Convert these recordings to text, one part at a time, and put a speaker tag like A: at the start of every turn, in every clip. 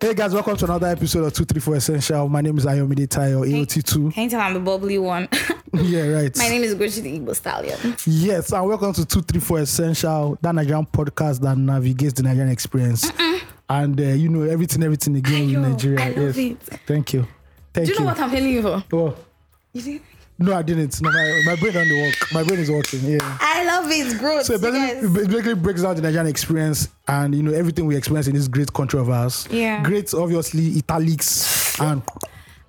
A: Hey guys, welcome to another episode of 234 Essential. My name is Ayomide Tayo, E AOT2.
B: Can you tell I'm the bubbly one?
A: yeah, right.
B: My name is Gucci the Igbo Stallion.
A: Yes, and welcome to 234 Essential, that Nigerian podcast that navigates the Nigerian experience. And uh, you know everything, everything again
B: Ayo,
A: in Nigeria.
B: I
A: yes.
B: love it.
A: Thank you. Thank
B: Do you know what I'm hailing you for?
A: Oh,
B: You see?
A: no, I didn't. No, my, my brain on the work. My brain is working. Yeah.
B: I love it, growth.
A: So it basically,
B: yes.
A: it basically breaks down the Nigerian experience and you know everything we experience in this great country of ours.
B: Yeah.
A: Great, obviously, italics and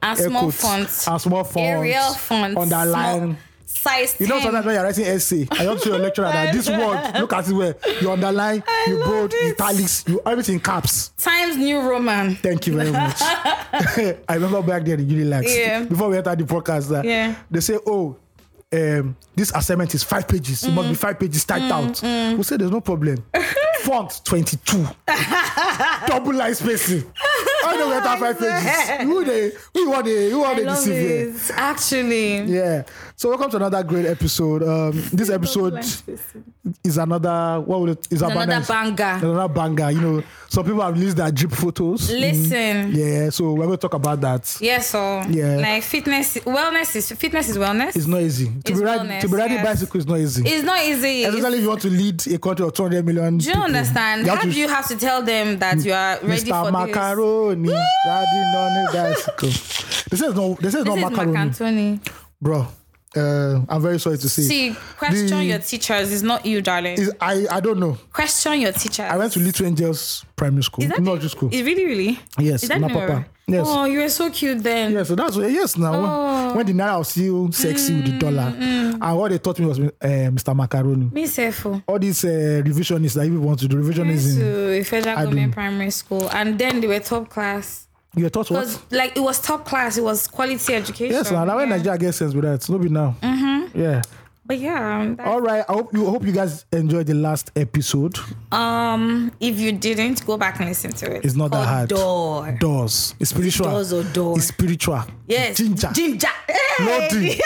B: And
A: air
B: small
A: quotes,
B: fonts.
A: and Ah, small fonts,
B: Arial fonts.
A: underline.
B: small- Size 10.
A: You know sometimes when you're writing essay, I don't show your lecturer that this word, look at it where you underline, you
B: love
A: bold,
B: it.
A: italics, you everything in caps.
B: Times New Roman.
A: Thank you very much. I remember back then in Unilax,
B: Yeah.
A: before we entered the podcast, that
B: Yeah.
A: they say, oh, um, this assignment is five pages. It
B: Mm.
A: must be five pages typed out. We say there's no problem. Font 22. Double line spacing. I don't get that five pages. Who they? Who want they? Who want
B: I
A: they
B: love
A: deceive here?
B: it. Actually.
A: Yeah. So welcome to another great episode. Um, this episode is another what would it is about
B: Another
A: nice-
B: banger.
A: Another banger. You know, some people have released their drip photos.
B: Listen.
A: Yeah. So we're going to talk about that.
B: Yes, so
A: Yeah.
B: like fitness, wellness is fitness is wellness.
A: It's not easy to
B: It's
A: be riding
B: wellness,
A: to be riding
B: yes.
A: bicycle is not easy.
B: It's not easy. It's-
A: Especially if you want to lead a country of 200 million.
B: Do you understand? How do you have to tell them that you are ready
A: Mr.
B: for this?
A: Mm. Macaroni riding on a bicycle. This is no. This is
B: This
A: not
B: is
A: macaroni,
B: Macantoni.
A: bro. Uh, I'm very sorry to see.
B: See, question
A: The-
B: your teachers. It's not you, darling.
A: Is- I I don't know.
B: question your teachers.
A: I went to Little Angels Primary School,
B: Is that
A: not just school.
B: It really, really.
A: Yes,
B: Is that
A: La
B: Nora?
A: Papa. Yes.
B: Oh, you were so cute then.
A: Yeah, so that's what, yes now. when-
B: Oh. Mm,
A: When the naira was still E sexy with the dollar, and what they taught me was uh, Mr. Macaroni.
B: Me self.
A: All these uh, revisionists that you want to do, revisionism.
B: to a federal
A: I
B: government primary school, and then they were top class.
A: You're taught what?
B: Because like it was top class, it was quality education.
A: Yes, now. Now when
B: Yeah.
A: Nigeria gets sense with that, no be now. Mm-hmm. Yeah.
B: But yeah, um, that-
A: All right. I hope you I hope you guys enjoyed the last episode.
B: um, if you didn't go back and listen to it,
A: Oh. It's not that hard.
B: Adore.
A: Doors. It's spiritual.
B: Doors or door.
A: It's spiritual.
B: Yes,
A: Ginger.
B: ginger. Hey!
A: Lodi.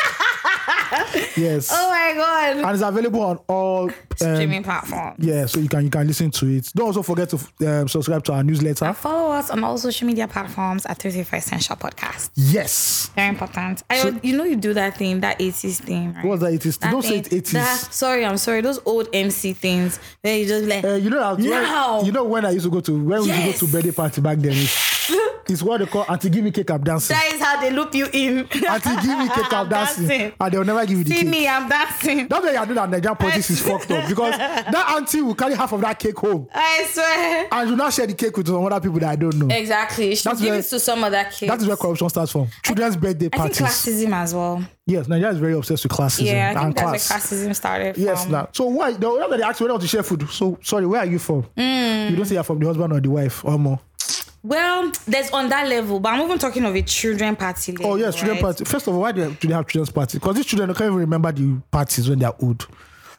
A: yes.
B: Oh my god.
A: And it's available on all um,
B: Streaming platform.
A: yeah so you can you can listen to it don't also forget to um, subscribe to our newsletter
B: Follow us on all social media platforms at 34 Essential Podcast.
A: yes
B: Very important. I, you know, you do that thing, that 80s thing, right?
A: what's that it is
B: That
A: don't say it
B: thing-
A: 80s
B: that- sorry, I'm sorry. Those old MC things where you just like,
A: uh, you know that
B: Now.
A: when, you know when i used to go to when we used to go
B: Yes.
A: to birthday party back then it's, it's what they call anti give me cake i'm dancing
B: that is how they loop you in.
A: anti give me cake i'm dancing, and they'll never give you the
B: See
A: cake
B: me, I'm dancing.
A: that's why you know that nigerian politics is fucked up because that auntie will carry half of that cake home
B: I swear.
A: and you now share the cake with some other people that i don't know
B: Eh, Exactly. She
A: That's
B: give
A: where-
B: it to some other kid.
A: that is where corruption starts from children's birthday
B: I think
A: parties
B: classism as well.
A: yes nigeria is very obsessed with classism
B: Yeah, I
A: and
B: think that's
A: class
B: where classism started from.
A: Yes, now. So why the other they ask you not to share food? So sorry, where are you from?
B: Hmm.
A: You don't say you're from the husband or the wife or more.
B: Well, there's on that level, but I'm even talking of a children party. Level,
A: Oh yes, children
B: right?
A: party. First of all, why do they, do they have children's party? Because these children can't even remember the parties when they're old.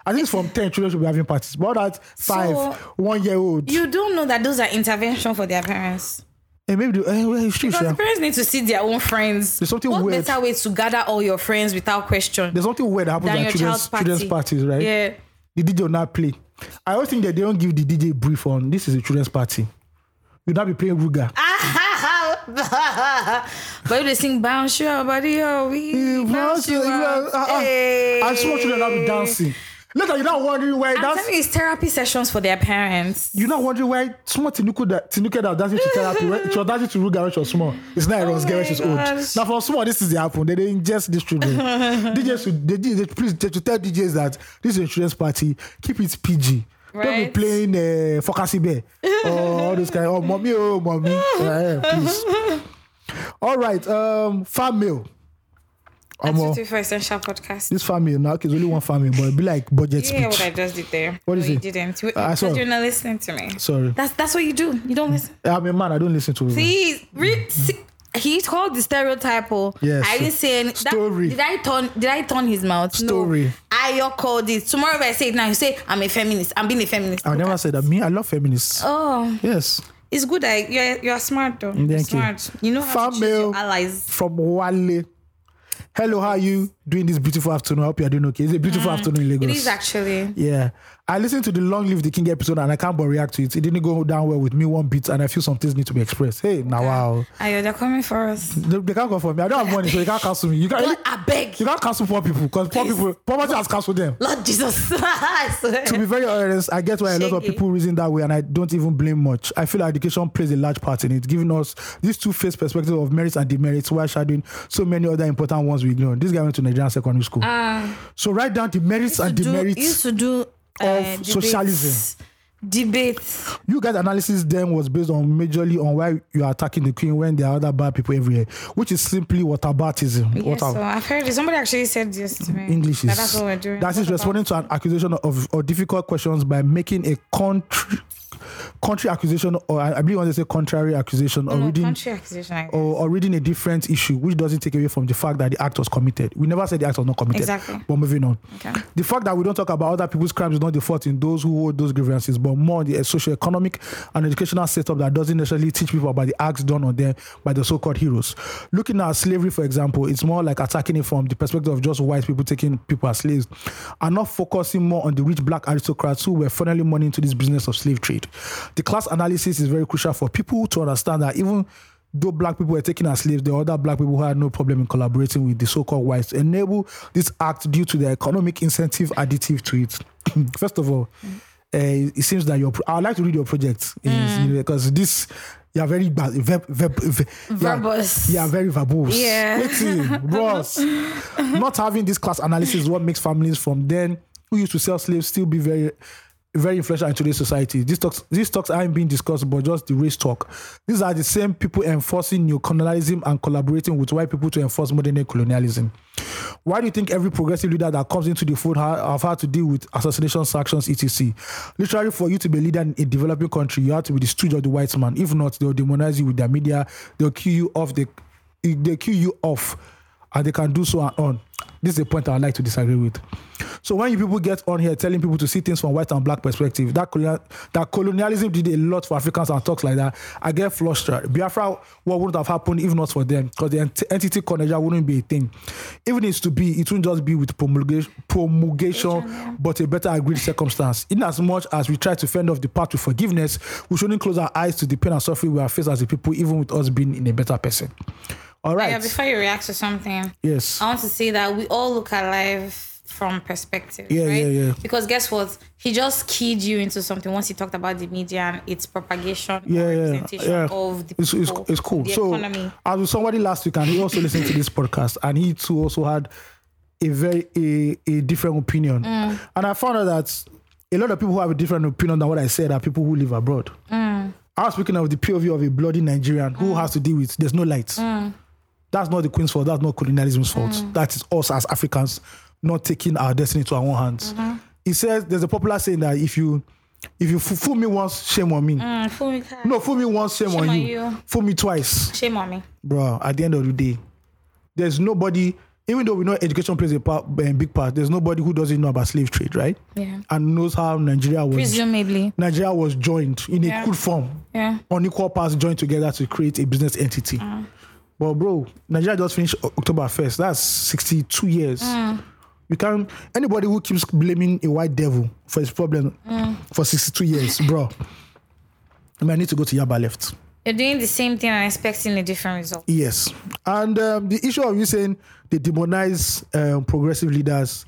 A: I think it's from ten children should be having parties. But that five,
B: So-
A: one year old,
B: You don't know that those are intervention for their parents.
A: hey, maybe the, eh, well, you should
B: Because
A: share.
B: parents need to see their own friends.
A: There's something
B: what
A: weird.
B: better way to gather all your friends without question
A: There's something weird that happens
B: than
A: at
B: your
A: children's,
B: child's party?
A: children's parties, right?
B: Yeah.
A: The DJ will not play. I always think that they don't give the DJ brief on this is a children's party. You'll not be playing Ruga.
B: but if they sing bounce your body, oh we
A: Bounce
B: bounce you
A: your-
B: up.
A: uh, uh,
B: Hey.
A: I just want children not be dancing. Later, you're not wondering where
B: I'm
A: that's
B: telling you, it's therapy sessions for their parents.
A: you're not wondering why small Tinuku that Tinuke that was dancing to therapy, when she was dancing to Ruga when she was small. It's not Eros
B: Oh my
A: girl when she's old.
B: gosh.
A: Now for small, this is the happen. They they ingest these children. DJs should they, they, please they, to tell DJs that this is insurance party, keep it PG. Don't be
B: Right.
A: playing uh, Fokasi Bear or all those kind of, oh, mommy, oh, mommy. Uh, eh, please. All right, um, farm meal.
B: That's
A: Omo,
B: what we for essential podcast.
A: this farm meal now, okay, it's only one farm meal, but it be like budget
B: You hear what I
A: speech.
B: just did there?
A: What
B: no,
A: is
B: you
A: it?
B: didn't. You-
A: I saw.
B: Because you're not listening to me.
A: Sorry.
B: That's that's what you do. You don't listen.
A: I'm a man, I don't listen to
B: See, re- see, he told the stereotype. oh.
A: Mm. Yes.
B: I didn't say any that-
A: Story.
B: did I turn? Did I turn his mouth?
A: Story.
B: No. I called it. Tomorrow if I say it now. You say I'm a feminist. I'm being a feminist.
A: I never said that. Me, I love feminists.
B: Oh,
A: Yes.
B: it's good. I you're you're smart though.
A: Thank
B: you're
A: you.
B: smart. You know how
A: Farm
B: to choose
A: bill
B: your allies.
A: from Wale. Hello, how are you? doing this beautiful afternoon. I hope you're doing okay. It's a beautiful afternoon in Lagos.
B: Mm. It is actually.
A: Yeah. I listened to the Long Live the King episode and I can't but react to it. It didn't go down well with me one bit and I feel some things need to be expressed. Hey, now wow.
B: Ayo, they're coming for us.
A: They, they can't go for me. I don't have money, so you can't cancel me. You can't,
B: Lord, I beg.
A: you can't cancel poor people because poor people, poverty has canceled them.
B: Lord Jesus. I swear.
A: To be very honest, I get why a lot of
B: Shaggy.
A: people reason that way, and I don't even blame much. I feel education plays a large part in it, giving us this two-faced perspective of merits and demerits while shadowing so many other important ones we ignore. This guy went to Nigerian secondary school, so write down the merits and
B: to do-
A: demerits.
B: Ah. used to do uh,
A: of socialism.
B: Debates.
A: you guys' analysis then was based on majorly on why you are attacking the queen when there are other bad people everywhere, which is simply whataboutism.
B: Yes,
A: Whatab-
B: so I've heard it. Somebody actually said this to me.
A: English is
B: that that's what we're doing.
A: that is
B: What about-
A: responding to an accusation of or difficult questions by making a country country accusation or I I believe when they say contrary accusation or
B: No,
A: reading
B: country accusation. I guess.
A: or, or reading a different issue, which doesn't take away from the fact that the act was committed. We never said the act was not committed.
B: Exactly.
A: But moving on.
B: Okay.
A: The fact that we don't talk about other people's crimes is not the fault in those who hold those grievances, but more the uh, socio-economic and educational setup that doesn't necessarily teach people about the acts done on them by the so-called heroes. Looking at slavery, for example, it's more like attacking it from the perspective of just white people taking people as slaves and not focusing more on the rich black aristocrats who were funneling money into this business of slave trade. The class analysis is very crucial for people to understand that even though black people were taken as slaves, there were other black people who had no problem in collaborating with the so-called whites to enable this act due to the economic incentive additive to it. First of all, uh, it seems that your pro- I would like to read your project is-
B: Mm.
A: because this you are very ba- verb, verb, ver- you are-
B: Verbose.
A: You are very verbose.
B: Yeah.
A: Waiting, bros. Not having this class analysis is what makes families from then who used to sell slaves still be very very influential in today's society. These talks these talks aren't being discussed, but just the race talk. These are the same people enforcing new colonialism and collaborating with white people to enforce modern day colonialism. Why do you think every progressive leader that comes into the fold ha- have had to deal with assassination sanctions, etc.? Literally, for you to be a leader in a developing country, you have to be the stooge of the white man. If not, they'll demonize you with their media, they'll kill you off, they, they kill you off, and they can do so and on. This is a point I'd like to disagree with. So when you people get on here telling people to see things from white and black perspective, that colonial, that colonialism did a lot for Africans and talks like that, I get flustered. Biafra, what wouldn't have happened if not for them? Because the ent- entity Conaja wouldn't be a thing. Even if it's to be, it wouldn't just be with promulgation, promulgation but a better agreed circumstance. In as much as we try to fend off the path with forgiveness, we shouldn't close our eyes to the pain and suffering we are faced as a people, even with us being in a better person. All right.
B: Yeah, before you react to something,
A: yes.
B: I want to say that we all look at life from perspective.
A: Yeah,
B: right?
A: yeah, yeah.
B: Because guess what? He just keyed you into something once he talked about the media and its propagation
A: yeah,
B: or
A: yeah,
B: representation
A: yeah.
B: of the
A: it's,
B: people,
A: it's, it's cool.
B: the
A: so
B: economy.
A: I was with somebody last week, and he also listened to this podcast, and he too also had a very a, a different opinion.
B: Mm.
A: And I found out that a lot of people who have a different opinion than what I said are people who live abroad.
B: Mm.
A: I was speaking of the POV of a bloody Nigerian who has to deal with there's no lights.
B: Mm.
A: That's not the Queen's fault. That's not colonialism's fault. That is us as Africans not taking our destiny to our own hands.
B: Mm-hmm.
A: He says there's a popular saying that if you if you fo- fool me once, shame on me.
B: Mm, fool me, cat.
A: No, fool me once, shame, on,
B: on
A: you.
B: you.
A: Fool me twice,
B: Shame on me.
A: bro. At the end of the day, there's nobody. Even though we know education plays a part, a big part, there's nobody who doesn't know about slave trade, right?
B: Yeah.
A: And knows how Nigeria was
B: Presumably.
A: Nigeria was joined in a
B: Yeah.
A: good form,
B: Yeah.
A: on equal parts joined together to create a business entity. But bro, Nigeria just finished O- October first. That's sixty-two years. You can anybody who keeps blaming a white devil for his problem for sixty-two years, bro. I mean, I need to go to Yaba left.
B: You're doing the same thing and expecting a different result.
A: Yes. And um, the issue of you saying they demonize um, progressive leaders,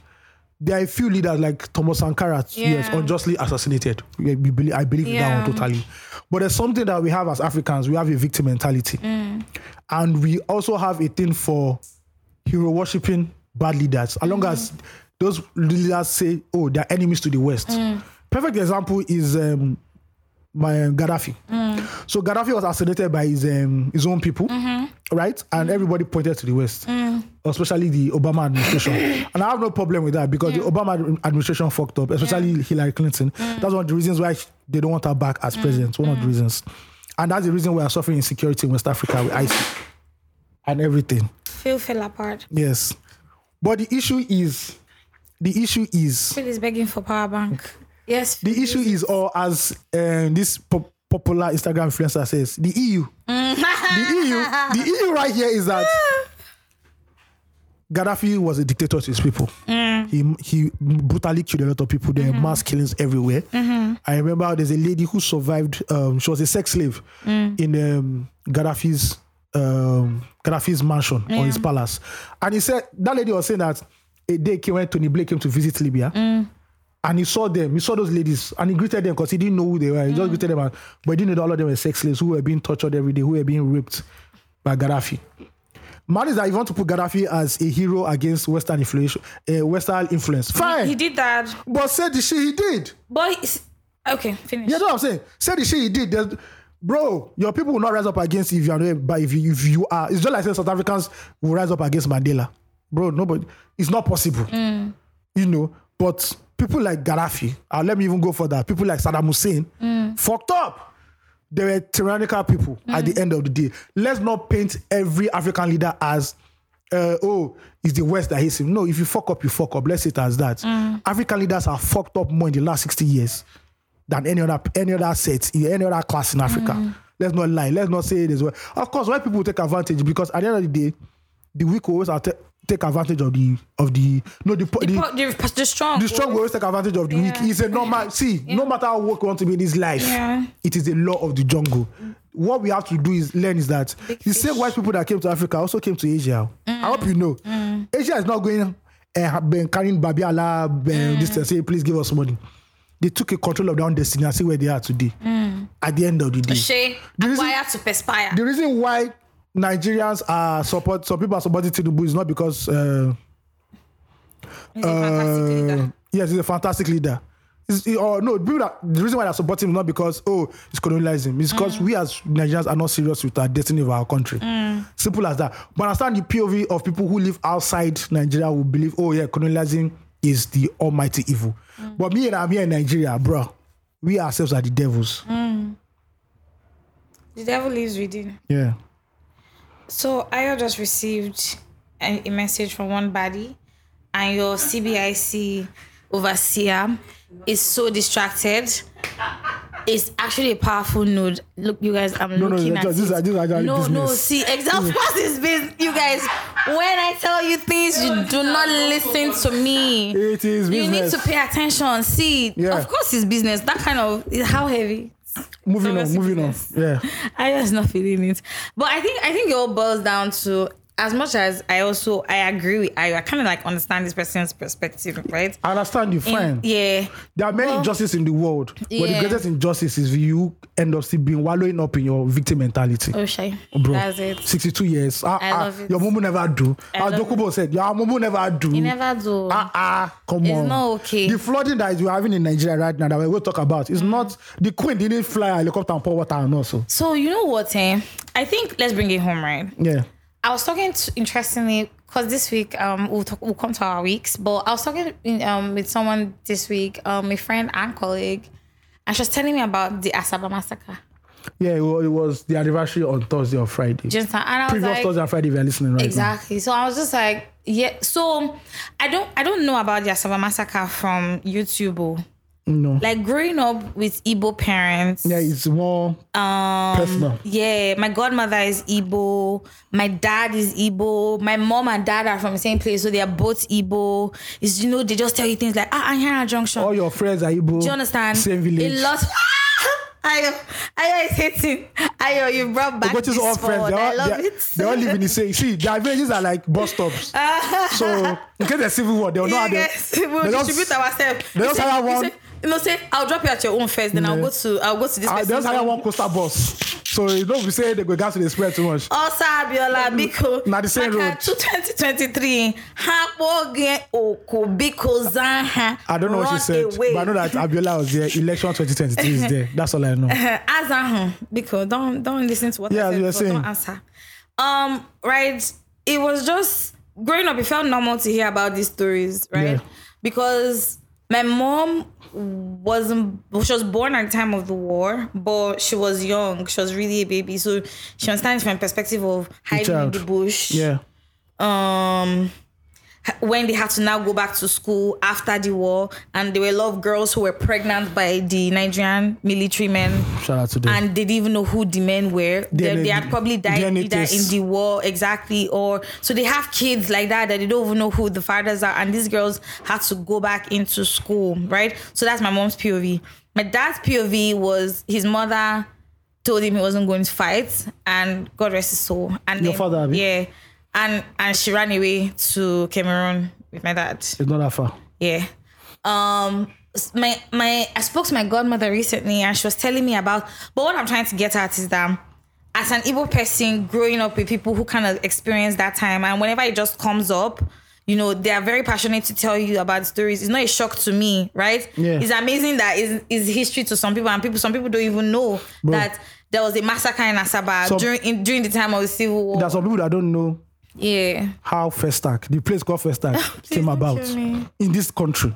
A: there are a few leaders like Thomas Sankara, yes,
B: Yeah.
A: unjustly assassinated. We, we believe, I believe in that one
B: Yeah.
A: totally. But there's something that we have as Africans, we have a victim mentality.
B: Mm.
A: And we also have a thing for hero worshipping bad leaders, as
B: Mm.
A: long as those leaders say, oh, they're enemies to the West.
B: Mm.
A: Perfect example is um, my um, Gaddafi. So Gaddafi was assassinated by his um, his own people, right? And everybody pointed to the West, especially the Obama administration. and I have no problem with that because the Obama ad- administration fucked up, especially Hillary Clinton. That's one of the reasons why sh- they don't want her back as president. One of the reasons, and that's the reason we are suffering insecurity in West Africa with ISIS and everything.
B: Feel fell apart.
A: Yes, but the issue is, the issue is.
B: Phil is begging for power bank. Yes. Phil.
A: The issue is, or as um, this pop- popular Instagram influencer says, the E EU. the EU. The EU right here is that Gaddafi was a dictator to his people. He he brutally killed a lot of people. There were mass killings everywhere. I remember there's a lady who survived. Um, she was a sex slave in um, Gaddafi's um, Gaddafi's mansion or his palace, and he said that lady was saying that a day came when Tony Blair came to visit Libya. And he saw them, he saw those ladies, and he greeted them because he didn't know who they were. He just
B: Mm.
A: greeted them, and, but he didn't know that all of them were sex slaves who were being tortured every day, who were being raped by Gaddafi. Man is that you want to put Gaddafi as a hero against Western influence, uh, Western influence. Fine,
B: He did that,
A: but say the shit he did.
B: but he's- okay, finish.
A: You know what I'm saying? Say the shit he did. There's, bro, your people will not rise up against if you are, not- but if you, if you are, it's just like saying South Africans will rise up against Mandela, bro. Nobody, it's not possible. You know, but people like Gaddafi, uh, let me even go for that. People like Saddam Hussein, fucked up. They were tyrannical people at the end of the day. Let's not paint every African leader as uh, oh, it's the West that hates him. No, if you fuck up, you fuck up. Let's say it as that. African leaders are fucked up more in the last 60 years than any other any other set in any other class in Africa. Let's not lie. Let's not say it as well. Of course, white people take advantage because at the end of the day, the weak will always are ta- take advantage of the of the no the, po-
B: The,
A: the,
B: po- the, the strong.
A: the strong will always take advantage of the weak. It's a normal see, no matter how woke you want to be in this life,
B: Yeah.
A: it is a law of the jungle. What we have to do is learn is that the same white people that came to Africa also came to Asia. I hope you know. Asia is not going uh, been carrying Babi Allah, been eh, this and say, please give us money. They took a control of their own destiny and see where they are today. At the end of the day.
B: Shay,
A: The reason-
B: acquired to perspire.
A: The reason why Nigerians are support some people are supporting Tinubu is not because uh,
B: He's a fantastic leader.
A: uh, yes, he's a fantastic leader. It's, it- or no, people that, the reason why they're supporting him is not because oh, it's colonialism. It's because
B: Mm.
A: we as Nigerians are not serious with our destiny of our country. Simple as that. But I understand the POV of people who live outside Nigeria who believe oh yeah, colonialism is the almighty evil.
B: Mm.
A: But me and I'm here in Nigeria, bro. We ourselves are the devils.
B: Mm. The devil lives within.
A: Yeah.
B: So I just received a, a message from one body, and your CBIC overseer is so distracted. It's actually a powerful node. Look, you guys, I'm
A: no,
B: looking at
A: this is-
B: it.
A: this is actually
B: no, no.
A: business. Mm.
B: See, example is business. You guys, when I tell you things, you do not listen to me.
A: It is business.
B: You need to pay attention. See,
A: Yeah.
B: of course, it's business. That kind of is how heavy.
A: moving on,
B: Obviously
A: moving on. Yeah.
B: I just not feeling it. But I think I think it all boils down to as much as I also I agree with I, I kind of like understand this person's perspective, right?
A: I understand you, fine.
B: Yeah.
A: There are many injustices in the world, but the
B: yeah.
A: greatest injustice is you end up still being wallowing up in your victim mentality.
B: Oh shy.
A: Bro,
B: That's it.
A: 62 years. Ah,
B: I
A: ah,
B: love it.
A: Your mumu never do. As
B: love
A: Dokubo said, your mumu never do.
B: You never do.
A: Ah, ah, come
B: It's
A: on.
B: not okay. Mm.
A: The flooding that we're having in Nigeria right now that we're going to talk about is not the queen didn't fly a helicopter and pour water on us. oh. so,
B: so you know what, eh? I think let's bring it home, right?
A: Yeah.
B: I was talking to, interestingly because this week um we'll, talk, we'll come to our weeks, but I was talking in, um with someone this week, um a friend and colleague, and she was telling me about the Asaba massacre.
A: Yeah, it wa- it was the anniversary on Thursday or Friday.
B: Do you understand? And I was
A: Previous
B: like,
A: Thursday and Friday, if you're listening right now.
B: exactly so i was just like yeah so i don't i don't know about the Asaba massacre from youtube oh.
A: No.
B: like growing up with igbo parents
A: yeah, it's more personal.
B: Um, yeah, my godmother is Igbo. My dad is Igbo. My mom and dad are from the same place, so they are both Igbo. It's you know they just tell you things like ah, Anyana Junction.
A: All your friends are Igbo.
B: Do you understand?
A: Same village.
B: A lot. Ayo, Ayo is hating. Ayo, you brought back
A: Ogochi's
B: this
A: all
B: word.
A: friends. They
B: I
A: all,
B: love
A: they,
B: it.
A: they all live in the same. See, their villages are like bus stops. so in case there's civil war, they'll know how
B: Yeah,
A: they.
B: Ah. guys, we'll
A: they just-
B: distribute ourselves.
A: they just hire one-
B: you know, say I'll drop you at your own first, then I'll
A: Yeah.
B: go to I'll go to this.
A: Uh, they
B: person's
A: just hire
B: own.
A: one coastal bus. So you know we say they go gas to the spread too much.
B: Also, Abiola Biko.
A: Na the same
B: Maka
A: road.
B: to 2023. Hapo ge oko biko zanha.
A: I don't know what she
B: Run
A: said,
B: away.
A: but I know that Abiola was there. Election 2023 is there. That's all I know.
B: Azahun, because don't don't listen to what
A: Yeah,
B: I said.
A: you were
B: because
A: saying.
B: Don't answer. Um, right. It was just growing up. It felt normal to hear about these stories, right?
A: Yeah.
B: Because my mom wasn't. She was born at the time of the war, but she was young. She was really a baby, so she understands from a perspective of hiding in
A: child.
B: the bush
A: Yeah.
B: um when they had to now go back to school after the war, and there were a lot of girls who were pregnant by the Nigerian military men
A: Shout out to them.
B: and they didn't even know who the men were. They,
A: DNA
B: they had probably died
A: DNA
B: either in
A: tests.
B: the war, exactly, or so they have kids like that that they don't even know who the fathers are. And these girls had to go back into school, right? So that's my mom's POV. My dad's POV was his mother told him he wasn't going to fight, and God rest his soul. And
A: Your
B: then-
A: father, Abi?
B: yeah, and and she ran away to Cameroon with my dad.
A: it's not that far.
B: Yeah. Um s- my my I spoke to my godmother recently and she was telling me about but what I'm trying to get at is that as an Igbo person growing up with people who kind of experience that time and whenever it just comes up, you know, they are very passionate to tell you about stories. It's not a shock to me, right?
A: Yeah.
B: It's amazing that is is history to some people and people some people don't even know
A: Bro.
B: that there was a massacre in Asaba
A: Some-
B: during in, during the time of the civil war.
A: There are some people that don't know
B: yeah.
A: how Festac, the place called Festac, came
B: don't
A: about
B: kill me. Oh.
A: in this country.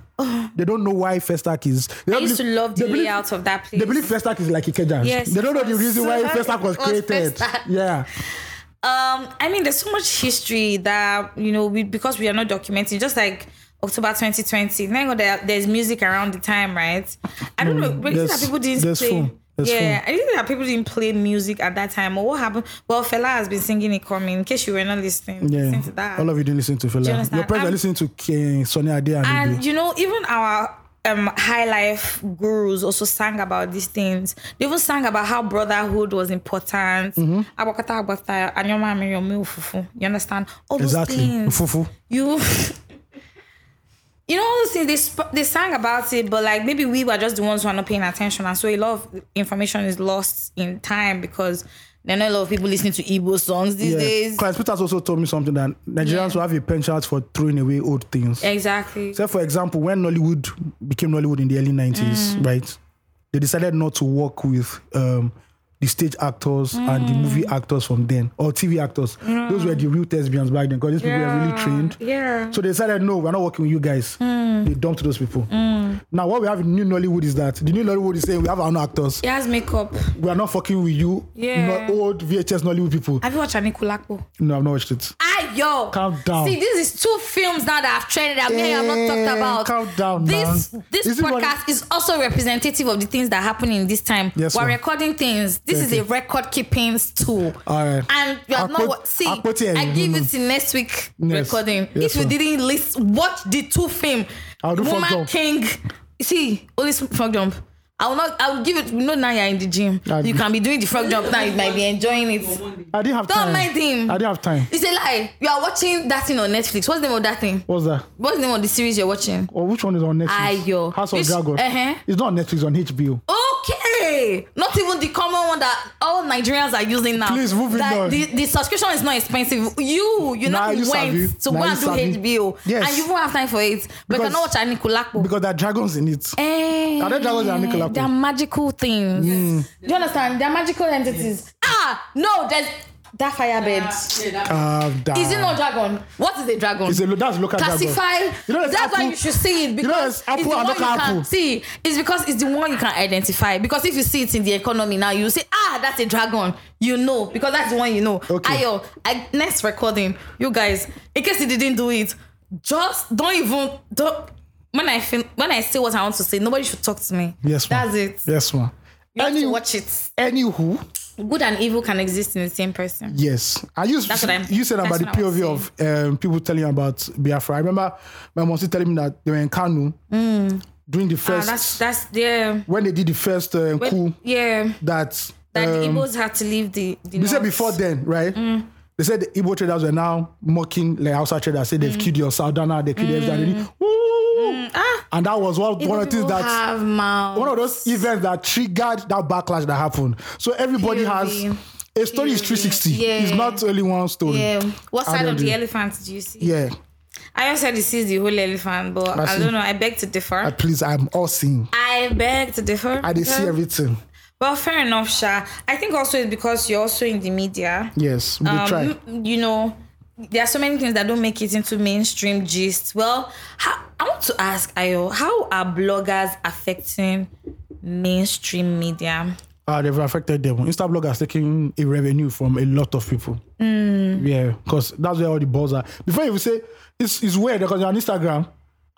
A: They don't know why Festac is. They
B: I
A: don't
B: used to
A: believe-
B: love the
A: they believe-
B: layout of that place.
A: They believe Festac is like Ikeja.
B: Yes,
A: they don't know the
B: it
A: reason
B: was.
A: why Festac was
B: It was
A: created.
B: Festac.
A: Yeah.
B: Um, I mean, there's so much history that you know, we because we are not documenting. Just like October 2020, now there, there's music around the time, right? I don't know. But is it
A: Mm, there's-
B: that people didn't
A: there's
B: play.
A: phone. There's
B: yeah, I think that people didn't play music at that time, or what happened? Well, Fela has been singing it coming. In case you were not listening,
A: Yeah.
B: listen to that.
A: All of you didn't listen to Fela.
B: understand?
A: Your parents are
B: I'm-
A: listening to King Sonny Ade and, Ibe.
B: and you know, even our um, high life gurus also sang about these things. They even sang about how brotherhood was important.
A: Mm-hmm.
B: Abakata abakata, anyoma amiyomi ufufu. You understand? All those
A: Exactly.
B: things.
A: Fufu.
B: You, you know, all those things. They sp- they sang about it, but like maybe we were just the ones who are not paying attention, and so a lot of information is lost in time because there are not a lot of people listening to Igbo songs these days.
A: Christ Peters also told me something that Nigerians will have a penchant for throwing away old things.
B: Eh. Exactly.
A: Say, for example, when Nollywood became Nollywood in the early 90s,
B: Mm.
A: right? They decided not to work with um, the stage actors and
B: Mm.
A: the movie actors from then, or TV actors. Those were the real thespians back then, because these people were really trained.
B: Yeah.
A: So they decided, no, we're not working with you guys.
B: Hmm.
A: They dumped those people. Now, what we have in New Nollywood is that the New Nollywood is saying we have our own actors.
B: It has makeup.
A: We are not fucking with you,
B: Yeah.
A: no- old VHS Nollywood people.
B: Have you watched Anikulapo?
A: No, I've not watched it.
B: Ah, yo.
A: Calm down.
B: See, this is two films now that I've trended that me and you have not
A: Eh,
B: talked about.
A: calm down,
B: This
A: man.
B: this
A: Is it what-
B: podcast is also representative of the things that happen in this time.
A: Yes,
B: We're
A: ma'am.
B: recording things. This
A: Thank
B: is
A: you.
B: a record keeping tool.
A: All right.
B: And you have
A: Akpo-
B: not wa- see.
A: Akpoti,
B: I
A: eh,
B: give
A: no,
B: it to next week
A: Yes.
B: recording.
A: Yes,
B: if you
A: ma'am.
B: didn't list watch the two film,
A: I'll do fuck
B: Woman
A: dump.
B: King. See, only sm- frog jump. I will not. I will give it. You know now you're in the gym.
A: I-
B: you can be doing the frog jump now. You might be enjoying it.
A: I didn't have
B: Don't
A: time.
B: mind him.
A: I didn't have time.
B: It's a lie. You are watching that thing on Netflix. What's the name of that thing?
A: What's that?
B: What's the name of the series you're watching?
A: Or which one is on Netflix?
B: Ayo.
A: House of
B: Which-
A: Dragon.
B: uh-huh.
A: It's not on Netflix, on HBO.
B: Okay. Not even the common one that all Nigerians are using now.
A: Please, moving
B: that
A: on.
B: The, the subscription is not expensive. You, you
A: Nah,
B: now
A: you sabi.
B: went to
A: Nah,
B: go
A: you
B: and do
A: sabi.
B: HBO.
A: Yes.
B: And you won't have time for it. But you
A: Because-
B: cannot watch Anikulapo.
A: Because there are dragons in it.
B: Eh,
A: Are there dragons that are Anikulapo?
B: They're magical things.
A: Mm.
B: Do you understand? They're magical entities. Ah, no, there's that firebird.
A: Calm down.
B: Is it not dragon? What is a dragon?
A: Ah. It's a, lo- that's local
B: classify.
A: dragon. You know, there's
B: that's why
A: apple-
B: you should see
A: You
B: it
A: know,
B: because
A: there's apple
B: it's
A: and
B: the one you
A: local
B: can
A: apple.
B: see. It's because it's the one you can identify. Because if you see it in the economy now, you say, ah, that's a dragon. You know because that's the one you know.
A: Okay.
B: Ayo, I, next recording, you guys. In case you didn't do it, just don't even don't. When I fin- when I say what I want to say, nobody should talk to me.
A: Yes, ma'am.
B: that's it.
A: Yes, ma'am.
B: You have
A: Any-
B: to watch it.
A: Anywho,
B: Good and evil can exist in the same person.
A: yes. I you,
B: That's what I'm-
A: you said about
B: that's
A: the
B: what I was
A: POV of um, people telling you about Biafra. I remember my mom still telling me that they were in Kanu during the
B: Ah,
A: first,
B: that's that's yeah.
A: when they did the first um, coup
B: Yeah.
A: that,
B: That the Mm.
A: um,
B: Igbos had to leave the. the
A: They said
B: north.
A: before then, right? They said the Igbo traders were now mocking like outside traders, say they've
B: Mm.
A: killed your Southerner, they killed everything. Woo!
B: Ah,
A: And that was what, one
B: Mm. Igbo
A: of the things
B: people
A: that
B: have mouths.
A: one of those events that triggered that backlash that happened. So everybody
B: POV.
A: has a story is 360.
B: Yeah.
A: It's not only one story.
B: Yeah. What
A: I
B: side
A: don't
B: of the
A: do-
B: elephant do you see?
A: Yeah.
B: I also said he sees the whole elephant, but I,
A: see.
B: don't know. I beg to differ.
A: Uh,
B: I,
A: please, I'm all seeing.
B: beg to differ.
A: I did see
B: because-
A: everything.
B: Well, fair enough, Sha. I think also it's because you're also in the media.
A: Yes, we
B: Um,
A: did try.
B: m- You know, there are so many things that don't make it into mainstream gist. Well, how, I want to ask Ayo, how are bloggers affecting mainstream media?
A: uh, they've affected them. Instablog has taken a revenue from a lot of people.
B: Hmm.
A: Yeah, because that's where all the balls are. Before you say it's it's weird because you're on Instagram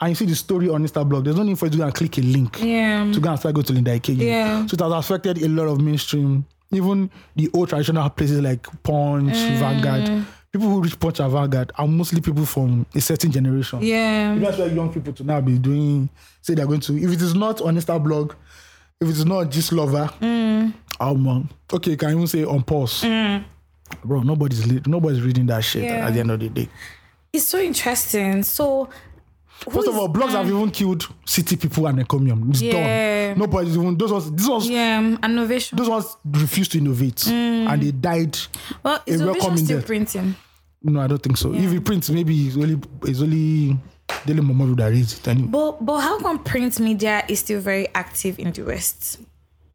A: and you see the story on Instablog. There's no need for you to go and click a link
B: Yeah.
A: to go and start going to Linda Ikeji.
B: Yeah.
A: So it has affected a lot of mainstream, even the old traditional places like Punch,
B: Hmm.
A: Vanguard. People who reach Punch and Vanguard are mostly people from a certain generation.
B: Yeah.
A: That's why young people to now be doing say they're going to if it is not on Insta blog, if it is not just lover,
B: Mm.
A: um, um, okay, you can even say on pause. Bro, nobody's li- nobody's reading that shit
B: Yeah.
A: at the end of the day.
B: It's so interesting. So who
A: First of
B: is-
A: all, blogs have even killed city people and encomium. It's
B: Yeah.
A: done. Nobody's even those ones these ones
B: yeah, Mm. um, innovation.
A: those ones refused to innovate and they died.
B: Well, is
A: a
B: innovation
A: welcoming
B: still
A: death.
B: printing?
A: No, I don't think so. If it prints, maybe it's only it's only Daily Momodu that reads it anyway.
B: But but how come print media is still very active in the West?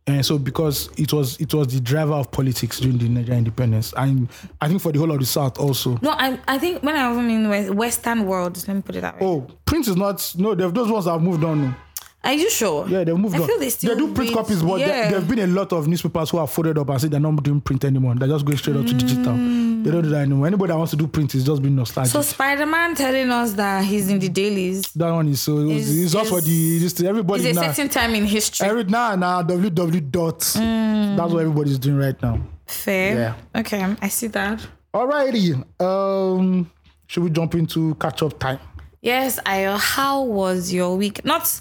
A: And Eh, so because it was it was the driver of politics during the Nigerian independence. And I think for the whole of the South also.
B: No, I I think when I even mean West, Western world, let me put it that way.
A: Oh, print is not no, they've those ones have moved on.
B: Are you sure?
A: Yeah, they've moved
B: I
A: on.
B: feel they still
A: do print
B: read-
A: copies, but
B: yeah.
A: there, there've been a lot of newspapers who have folded up and said they're not doing print anymore. They're just going straight up to digital. They don't do that anymore. Anybody that wants to do print is just being nostalgic.
B: Mm. So Spider Man telling us that he's in the dailies
A: that one is so it's,
B: Is-
A: it's just for the this thing.
B: is
A: everybody
B: a
A: now.
B: certain time in history.
A: Every now and now www dot.
B: Mm.
A: That's what everybody's doing right now.
B: Fair. Okay, um, I see that.
A: Alrighty. Um should we jump into catch up time?
B: Yes, Ayo, how was your week? Not,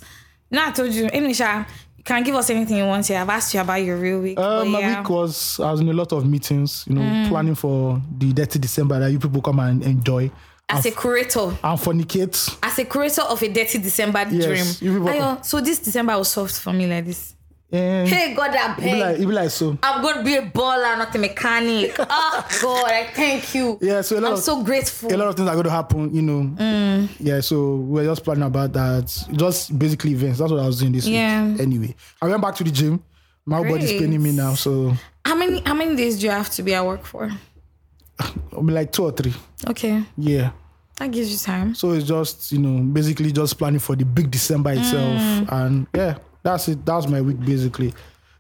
B: no, I told you, Enisha, you can give us anything you want here. I've asked you about your real week.
A: Uh,
B: but
A: my
B: yeah. Mm.
A: week was I was in a lot of meetings, you know, planning for the dirty December that you people come and enjoy
B: As
A: and,
B: a curator,
A: and fornicate.
B: as a curator of a dirty December
A: Yes,
B: dream.
A: you people-
B: Ayo, so this December was soft for me like this.
A: Eh, it
B: Hey, God, I
A: be
B: beg.
A: like it be like so.
B: I'm going to be a baller, not a mechanic. oh, God, I thank you.
A: Yeah, so a lot
B: I'm
A: of
B: so Mm. grateful.
A: a lot of things are going to happen, you know. Yeah, so we were just planning about that. Just basically events. That's what I was doing this
B: Yeah.
A: week. Anyway, I went back to the gym. My body's
B: Great.
A: paining me now, so
B: How many how many days do you have to be at work for?
A: I'm like two or three.
B: Okay,
A: Yeah.
B: that gives you time.
A: So it's just, you know, basically just planning for the big December itself. And yeah, that's it. That's my week basically.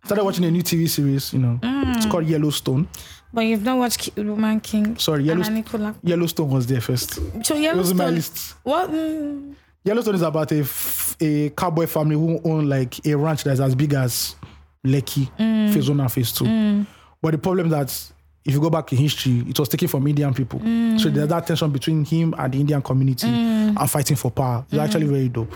A: Started watching a new TV series, you know. It's called Yellowstone.
B: But you've not watched Ki- Woman King.
A: Sorry,
B: Anna
A: Yellowstone.
B: Nicola.
A: Yellowstone was there first.
B: So
A: It was in my
B: Yellowstone-
A: list.
B: What? Mm,
A: Yellowstone is about a, f- a cowboy family who own like a ranch that's as big as Lekki, phase one and phase two. But the problem that if you go back in history, it was taken from Indian people. So there's that tension between him and the Indian community and fighting for power. It's actually very dope.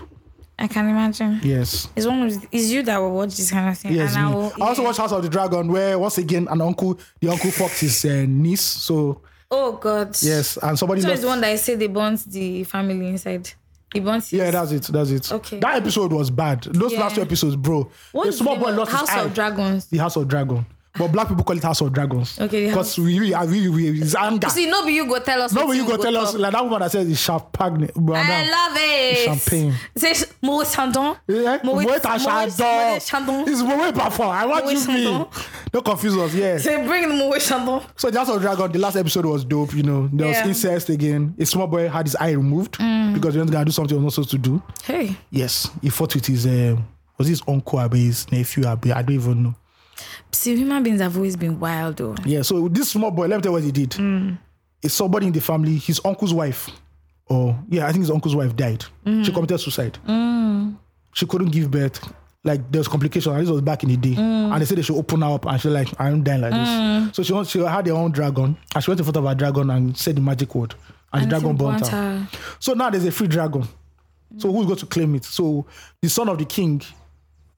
B: I can imagine.
A: Yes.
B: It's one of the, it's you that will watch this kind of thing.
A: Yes,
B: and I
A: me.
B: will,
A: I also
B: yeah.
A: watched House of the Dragon, where once again an uncle, the uncle fucked his uh, niece. So
B: Oh God.
A: yes, and somebody
B: So
A: lost.
B: it's the one that I say they burnt the family inside. They burnt.
A: yeah,
B: his-
A: that's it. That's it.
B: Okay.
A: That episode was bad. Those
B: Yeah.
A: last two episodes, bro.
B: What
A: the
B: is
A: small
B: the
A: boy
B: name?
A: lost his
B: House
A: eye.
B: of Dragons.
A: the House of Dragon, but black people call it House of Dragons.
B: Okay, the
A: Because we really, I really, we it's anger.
B: See, no, but you go tell us.
A: No,
B: wetin
A: but you go tell us
B: talk.
A: like that woman that says it's champagne.
B: I love it.
A: Champagne.
B: Say Moët Chandon.
A: Yeah,
B: Moët-
A: Moet and
B: Moët-
A: Chandon.
B: Moët Chandon.
A: It's Moet Parfum. I want
B: Moët
A: you mean.
B: Chandon.
A: Don't confuse us. Yeah.
B: Say bring the Moët Chandon.
A: So House of Dragon, the last episode was dope, you know. There was
B: Yeah.
A: incest again. A small boy had his eye removed because he was gonna do something he was not supposed to do.
B: Hey.
A: Yes. He fought with his uh, was it his uncle or his nephew or I don't even know.
B: See, human beings have always been wild, though.
A: Yeah, so this small boy, let me tell you what he did. It's somebody in the family, his uncle's wife, or yeah, I think his uncle's wife died. She committed suicide. Mm. She couldn't give birth. Like there was complications. and This was back in the day, and they said they should open her up. And she's like, "I'm dying like this." So she went- she had her own dragon, and she went in front of her dragon and said the magic word, and, the dragon burnt her. So now there's a free dragon. So who's going to claim it? So the son of the king,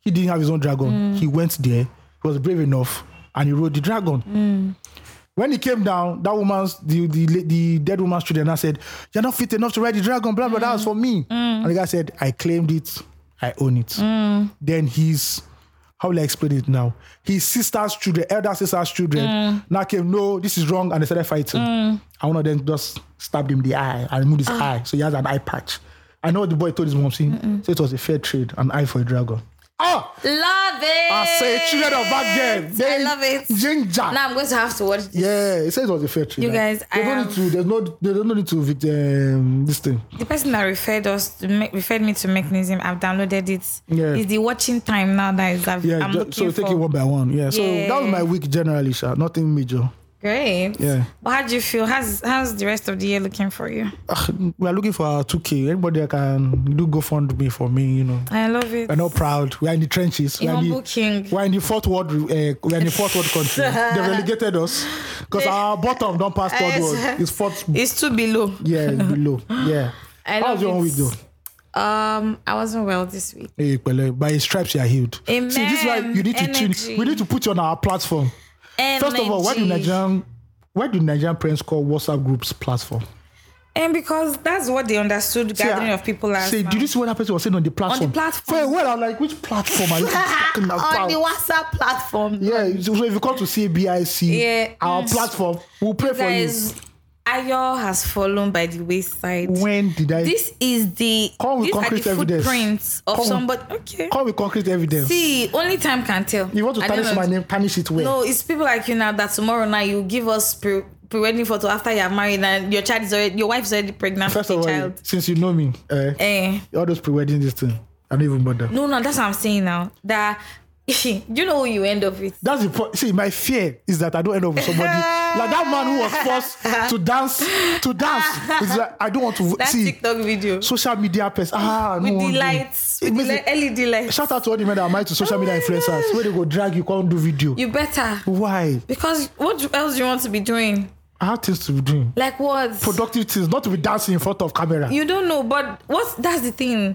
A: he didn't have his own dragon. He went there, he was brave enough, and he rode the dragon. When he came down, that woman's the, the la- the dead woman's children and said, You're not fit enough to ride the dragon, blah blah, that was for me.
B: Mm.
A: And the guy said, I claimed it, I own it.
B: Mm.
A: Then he's how will I explain it now? His sister's children, elder sister's children,
B: Mm.
A: now came, no, this is wrong, and they started fighting. And one of them just stabbed him in the eye and removed his
B: Ah.
A: eye. So he has an eye patch. I know what the boy told his mom, see, so it was a fair trade, an eye for a dragon. Ah,
B: Love it.
A: I say children of back then.
B: I
A: They
B: love it.
A: Ginger.
B: Now I'm going to have to watch this.
A: Yeah, it says it was a fair trade.
B: You guys,
A: they
B: I
A: don't
B: am-
A: need to. There's no. They don't need to. vict- Um, this thing.
B: The person that referred us to me- referred me to mechanism. I've downloaded it.
A: Yeah.
B: It's the watching time now that is I've,
A: Yeah.
B: I'm
A: ju-
B: looking
A: so
B: for.
A: take it one by one. Yeah. So that was
B: Yeah.
A: my week generally, Sha. Nothing major.
B: Great.
A: Yeah.
B: But how do you feel? How's how's the rest of the year looking for you?
A: Ah, we are looking for our 2K. Anybody that can do GoFundMe for me, you know.
B: I love it.
A: We're not proud. We're in the trenches. We're
B: You're
A: in
B: humble
A: the,
B: king.
A: we're in the fourth world. Uh, we're in the fourth world country. they relegated us because our bottom don't pass third world. It's fourth.
B: It's too below.
A: Yeah, it's below. Yeah.
B: I
A: How's
B: love
A: your own
B: it.
A: week though?
B: Um, I wasn't well this week.
A: Hey, Pele, by his stripes you are healed.
B: Amen.
A: See, this is why you need to
B: Energy.
A: tune. We need to put you on our platform. First of all, why do
B: Energy.
A: Nigerian why do Nigerian parents call WhatsApp groups platform?
B: And because that's what they understood gathering
A: I-
B: of people as
A: Say,
B: now.
A: did you see what that person was saying on the platform?
B: platform.
A: Fair, well, I'm like, which platform are you talking about?
B: on the WhatsApp platform.
A: yeah, so if you come to CBIC,
B: Yeah. mm.
A: our platform, we'll pray for
B: Guys, Ayo has fallen by the wayside.
A: you. When did I
B: this is the
A: Come with
B: these are the
A: concrete evidence.
B: footprints of
A: Come.
B: somebody. Okay.
A: come with concrete evidence?
B: See, only time can tell.
A: you want to
B: I don't
A: tarnish
B: know.
A: my name, tarnish it well.
B: No, it's people like you now that tomorrow night you give us pre wedding photo after you are married and your child is already your wife's already pregnant
A: First
B: with
A: of
B: a
A: all,
B: child.
A: since you know me, uh,
B: Eh.
A: all those pre-wedding this thing, I don't even bother.
B: No, no, that's what I'm saying now. That you know who you end up with.
A: That's the point. See, my fear is that I don't end up with somebody like that man who was forced to dance to dance. It's like, I don't want to
B: That
A: see
B: TikTok video.
A: social media person. Ah,
B: with
A: no
B: the
A: wonder.
B: lights,
A: It
B: with the
A: makes me-
B: li- LED lights.
A: Shout out to all the men that are married to social
B: Oh
A: media
B: my
A: influencers.
B: God.
A: Where they go drag, you can't do video.
B: You better.
A: Why?
B: Because what else do you want to be doing?
A: I have things to be doing.
B: Like what?
A: Productive things, not to be dancing in front of camera.
B: you don't know, but what's that's the thing.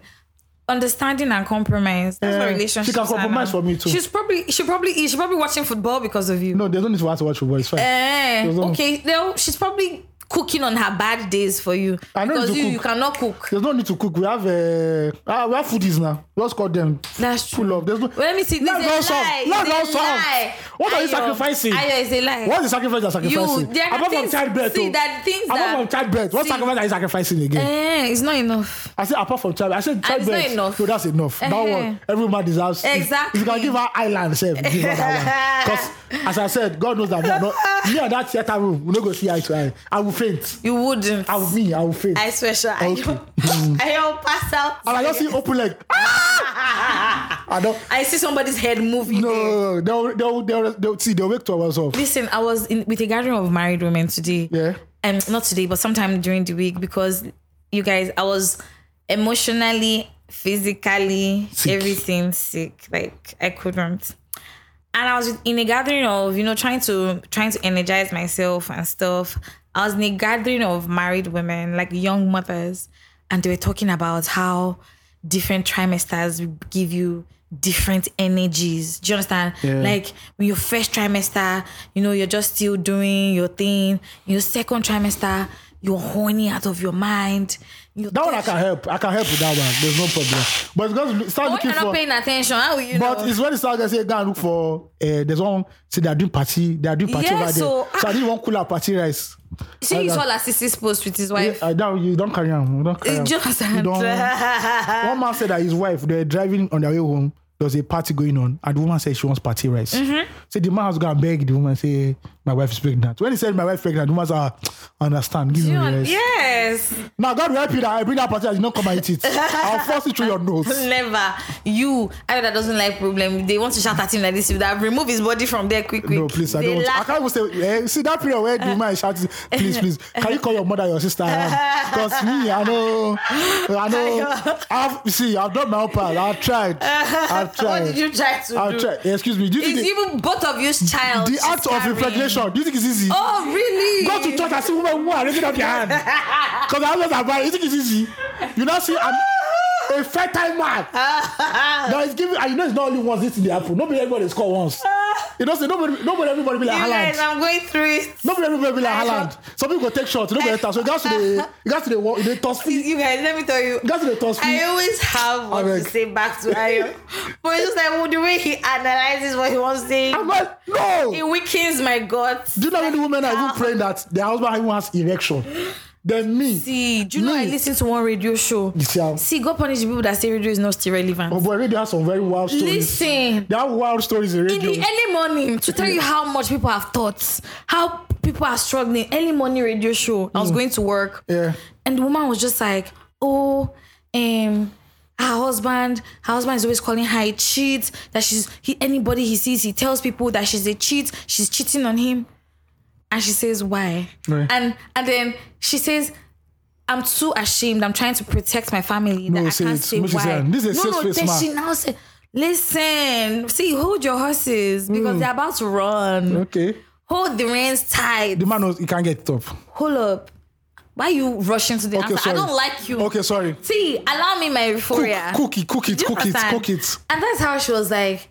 B: Understanding and compromise. That's
A: Yeah.
B: what
A: Eh, She
B: relationships
A: can compromise
B: are
A: for
B: now.
A: me too.
B: She's probably she probably is. She's probably watching football because of you.
A: no, there's no need for her to watch football. It's fine.
B: Eh,
A: There's no-
B: okay. No, she's probably cooking on her bad days for you.
A: I know
B: because
A: to
B: you,
A: cook.
B: you cannot cook.
A: there's no need to cook. We have uh, ah, we have foodies now. Let's call them.
B: That's true.
A: Full of. There's no.
B: Well, let me see. This
A: Let's
B: is
A: go
B: a
A: some.
B: lie.
A: Let's
B: This
A: go
B: is a
A: some.
B: lie.
A: What are you
B: Ayo.
A: sacrificing?
B: Ayo is a lie.
A: What's the sacrifice you're sacrificing?
B: Eh, there are
A: Apart
B: things-
A: from childbirth,
B: see,
A: oh.
B: there are things
A: apart
B: that-
A: from childbirth, what
B: see-
A: sacrifice are you sacrificing again?
B: Eh, it's not enough.
A: I said apart from childbirth, I said
B: And it's not
A: childbirth.
B: enough.
A: No, that's enough.
B: Uh-huh.
A: That one, every man deserves. if- If you
B: Exactly.
A: can give her island, self, give her that one. Because as I said, God knows that me, I'm not, me and that theater room, we no go see eye to eye. I will faint.
B: You wouldn't.
A: I will me. I will faint.
B: I swear, sure.
A: Okay.
B: I don't pass out.
A: and I just see open leg. Ah! I don't.
B: I see somebody's head moving.
A: No, they'll, they'll, they'll, they'll see. They'll wake to ourselves.
B: Listen, I was in, with a gathering of married women today.
A: Yeah.
B: Um, not today, but sometime during the week because you guys, I was emotionally, physically,
A: Sick.
B: everything sick. Like I couldn't. And I was with- in a gathering of, you know, trying to trying to energize myself and stuff. I was in a gathering of married women, like young mothers, and they were talking about how different trimesters give you different energies. Do you understand?
A: Yeah.
B: Like with your first trimester, you know, you're just still doing your thing. Your second trimester, you're horny out of your mind. Your
A: That one I
B: third-
A: can help. I can help with that one. There's no problem. But it's because start
B: When
A: looking
B: you're
A: for.
B: not paying attention, how will you
A: But
B: know?
A: it's when they start to say, go and look for. Uh, there's one. See, they're doing party. They're doing party
B: Yeah,
A: over there.
B: so-
A: so I didn't want cooler party rice.
B: See, you saw Lassisi's post with his wife.
A: Uh, that, you don't carry on. You don't carry
B: It's
A: on.
B: just
A: You don't- one man said that his wife, they're driving on their way home. There's a party going on, and the woman said she wants party rice.
B: Mm-hmm.
A: So the man has gone and beg the woman, say, "My wife is pregnant." When he said, "My wife is pregnant," the woman said, "Ah, "I understand. Give me
B: You
A: rice."
B: know, Yes,
A: Now God will help you that I bring that party and you don't come and eat it. I'll force it through your nose.
B: never. You, I know that doesn't like problem. They want to shout at him like this. If that remove his body from there quick, quick.
A: No, please, I
B: They
A: don't want to. I
B: laugh.
A: can't even say, eh, see that period where the woman is shouting, please, please, can you call your mother or your sister around? Because me, I know, I know, I've, see, I've done my own part. I've tried. I've tried.
B: What did you try to
A: I've
B: do?
A: tried. Excuse me. Do you think
B: It's
A: the,
B: even both of you's child.
A: the
B: she's
A: act of
B: carrying.
A: impregnation, do you think it's easy?
B: Oh, really?
A: Go to church and see women who are raising up their hand. Because I was about, you think it's easy? You not see an, a fertile man. that is giving, and you know it's not only once this in the apple. Nobody everybody score once. You know, say nobody, nobody everybody be like
B: You guys,
A: Haaland.
B: I'm going through it.
A: Nobody everybody be like Haaland. Some people go take shots, nobody enter. So you guys to the, you guys to the, wa- the toss feet.
B: You guys, let me tell you.
A: You guys to the toss
B: I
A: feet.
B: always have what
A: Abeg.
B: to say back to Ayo. but it's just like well, the way he analyzes what he wants to say,
A: I'm like, no.
B: it weakens my guts. Ah.
A: Do you know how many women are even praying that their husband even has erection? Then me.
B: See, do you know I
A: Me.
B: listen to one radio show?
A: You see how-
B: See, God punish the people that say radio is not still relevant.
A: Oh, but radio has some very wild stories.
B: Listen.
A: That wild stories in
B: In
A: radio.
B: the early morning, to tell you how much people have thought, how people are struggling. Early morning radio show. I was going to work.
A: yeah.
B: And the woman was just like, oh, um, her husband, her husband is always calling her a cheat. That she's he anybody he sees, he tells people that she's a cheat. She's cheating on him, and she says why?
A: Right.
B: And and then she says. I'm too ashamed. I'm trying to protect my family.
A: No,
B: that I
A: say
B: can't
A: it.
B: say
A: Make she
B: why.
A: say, "This is a
B: no, no.
A: safe space,
B: then
A: ma."
B: she now said, "Listen, see, hold your horses
A: Mm.
B: because they're about to run.
A: Okay.
B: Hold the reins tight.
A: The man knows he can't get it up.
B: Hold up. Why you rushing to the
A: Okay,
B: answer?
A: sorry.
B: I don't like you.
A: Okay, sorry.
B: See, allow me my
A: Cook,
B: euphoria.
A: cook it, cook it,
B: Do you
A: cook it,
B: understand?
A: cook it.
B: And that's how she was like,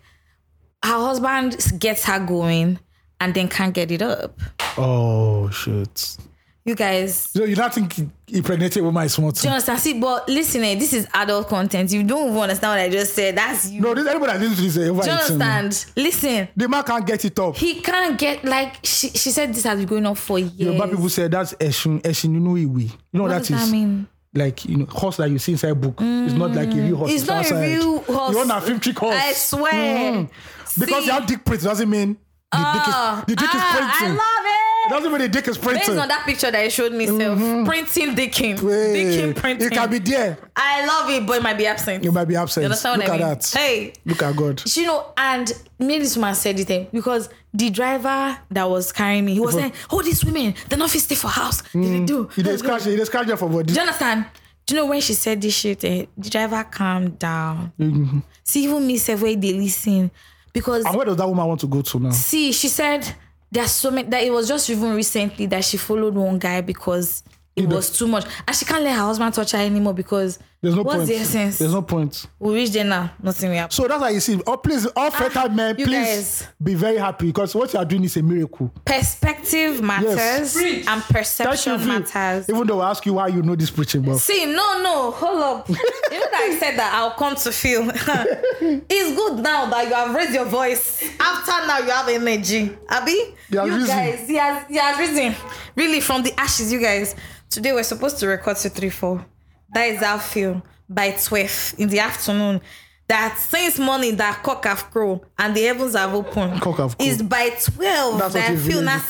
B: her husband gets her going and then can't get it up.
A: Oh shit.
B: You guys,
A: So you don't think impregnated woman is smart?
B: do you understand? See, but listen, eh, this is adult content. You don't even understand what I just said. That's you.
A: No, this anybody that listens to this is over
B: do you
A: 18.
B: understand? Listen,
A: The man can't get it up.
B: he can't get, like, she, she said this has been going on for years.
A: Yoruba people say that's Eshin Eshin Inuiwi. You know what,
B: what
A: that
B: does
A: is?
B: that mean?
A: Like you know, horse that you see inside book. it's not like a real horse.
B: It's not a
A: outside.
B: real horse.
A: You want a film trick horse. Mm.
B: I swear.
A: Mm-hmm. Because
B: See?
A: you have dick prints doesn't mean the
B: Ah,
A: dick is the dick
B: ah,
A: is
B: I
A: printing.
B: love it.
A: It doesn't mean the dick is
B: Based
A: printing.
B: on that picture that you showed me, self, printing
A: Hey,
B: Dickin. Dickin printing.
A: It Mm-hmm. can be there.
B: I love it, but it might be absent.
A: It
B: You
A: might be absent.
B: understand
A: Look
B: what I
A: at
B: mean?
A: that.
B: Hey.
A: Look at God.
B: You know, and me and this woman said the thing because the driver that was carrying me, he was saying, Oh, these women, they're not fit stay for house. They They do.
A: You
B: Do
A: just scratch Mm, it. You just scratch it for body.
B: you understand? Do you know when she said this shit? Eh, the driver calmed down. See, even me, self, where they listen. Because
A: Mm. And where does that woman want to go to now?
B: see she said there's so many that it was just even recently that she followed one guy because it was too much and she can't let her husband touch her anymore because
A: There's no
B: what's
A: point.
B: the essence
A: There's no point.
B: we reach there now nothing will happen
A: So that's why you see. Oh, please, all fertile men,
B: Ah, you
A: please
B: guys.
A: be very happy because what you are doing is a miracle.
B: perspective matters
C: Preach.
B: and
A: Thank you,
B: perception
A: Phil.
B: matters
A: Even though I ask you why you know this preaching, but
B: see no no hold up you know that i said that i'll come to feel it's good now that you have raised your voice after now you have energy abby
A: He has
B: you
A: risen.
B: guys he has, he has risen really from the ashes you guys today we're supposed to record two three four that is our feel by 12 in the afternoon that since morning that cock have crow and the heavens have opened
A: Cock have crow.
B: is by 12
A: That's what
B: that
A: it
B: feel
A: really
B: now
A: is.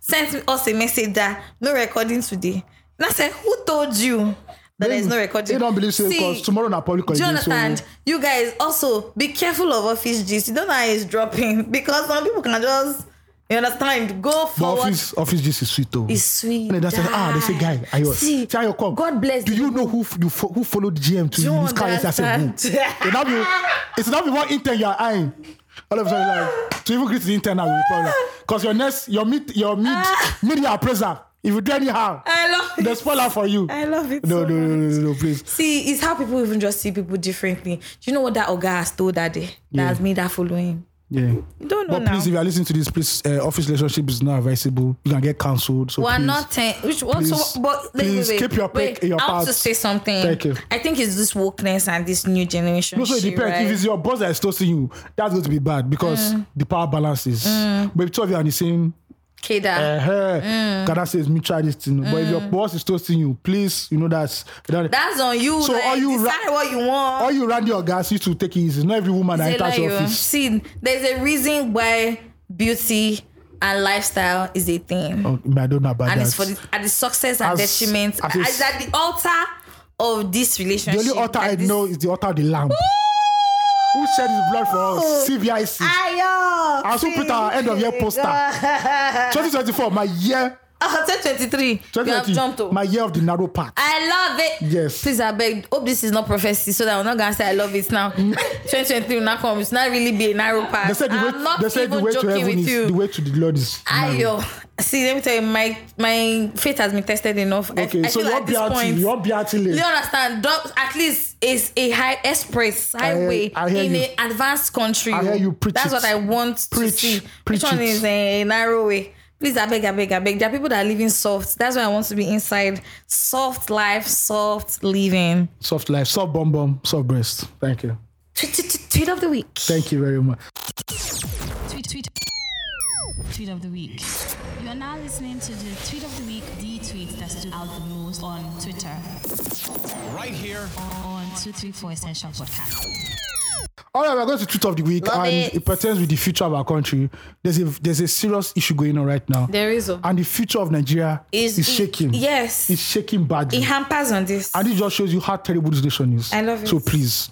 B: sent sent us a message that no recording today. And I said, Who told you that there's no recording?
A: You don't believe so because tomorrow na public
B: Do you
A: holiday, so-
B: understand? You guys also be careful of office gist. You don't know how it's dropping because some people can just you understand go
A: the
B: forward.
A: office office just is sweet though.
B: It's sweet.
A: And they just say, ah, they say, guy, Ayo, see,
B: See,
A: Ayo, come.
B: God bless
A: Do
B: the
A: you know who f- you fo- who followed GM to
B: Do you
A: use car yesterday?
B: understand?
A: as a It not be, it's not be one intern you are eyeing. All of a sudden, like to even greet the intern now will be problem. Cause your next, your mid, your mid,
B: Ah.
A: media appraiser, if you do anyhow,
B: I love
A: they
B: it.
A: spoil her for you.
B: I love it.
A: No,
B: so
A: no, no,
B: much.
A: no, no, no, please.
B: See, it's how people even just see people differently. Do you know what that Oga has told that day? That
A: Yeah.
B: has made her follow him.
A: Yeah.
B: You don't know
A: But
B: now.
A: please, if you are listening to this, please, uh, office relationship is not advisable. You can get cancelled. So
B: We're
A: please.
B: not ten, which what
A: please,
B: so, but wait,
A: please
B: wait, wait,
A: keep your
B: wait,
A: pick in your
B: I want to
A: pants.
B: say something.
A: Thank you.
B: I think it's this wokeness and this new generation.
A: No, so it
B: shit,
A: depends. If
B: right?
A: it's your boss that is toasting you, that's going to be bad because
B: Mm.
A: the power balance is. But if two of you are in the same,
B: Keda.
A: uh, mm. can I say, me try this thing. But if your
B: Mm.
A: boss is toasting you, please, you know that's that.
B: That's on you.
A: So
B: So like,
A: are you ra-
B: decide what you want.
A: all you around your guys used to take it easy. Not every woman that
B: Say
A: enters
B: like
A: your
B: you-
A: office.
B: See, there's a reason why beauty and lifestyle is a thing,
A: Oh, man, I don't know about
B: and
A: that.
B: it's for the, at the success and
A: As-
B: detriment.
A: as it's-
B: It's at the altar of this
A: the
B: relationship.
A: only altar I
B: that this-
A: know is the altar of the lamb. Who shed his blood for us? CVIC.
B: Ayo,
A: I also put our end of year poster. 2024, my year.
B: Oh, 2023. You have
A: 2020,
B: jumped. oh.
A: my year of the narrow path.
B: I love it.
A: Yes.
B: Please, I beg. Hope this is not prophecy, so that I'm not gonna say I love it now. 2023 will not come. It's not really be a narrow path.
A: They said the
B: I'm
A: way,
B: not
A: they said the
B: even
A: way to
B: joking
A: heaven
B: with
A: is the
B: you.
A: way to the Lord is. narrow.
B: Ayo, see, let me tell you, my my faith has been tested enough.
A: Okay,
B: I, I
A: so
B: feel
A: you
B: at
A: won't be
B: this
A: out
B: point,
A: you won't be out till
B: you
A: late.
B: understand? Dub- At least it's a high express highway
A: I hear
B: in
A: you.
B: an advanced country.
A: I hear you. Preach
B: That's
A: it.
B: what I want
A: Preach.
B: to see.
A: Preach
B: Which one
A: it.
B: is eh, a narrow way? Please, I beg, I beg, I beg. There are people that are living soft. That's why I want to be inside. Soft life, soft living.
A: Soft life, soft bum bum, soft breast. Thank you.
B: Tweet, tweet, tweet, tweet of the week.
A: Thank you very much.
D: tweet tweet tweet of the week.
E: You are now listening to the tweet of the week, the tweet that
D: that stood out the most on Twitter.
C: right here.
D: On 234 Essential Podcast.
A: All right, we're going to tweet of the week,
B: Love
A: and
B: it.
A: it. pertains with the future of our country. There's a there's a serious issue going on right now,
B: There is a.
A: and the future of Nigeria is,
B: Is-
A: shaking.
B: yes.
A: it's shaking badly,
B: It hampers on this.
A: and it just shows you how terrible this nation is.
B: I love it. Mm.
A: So please,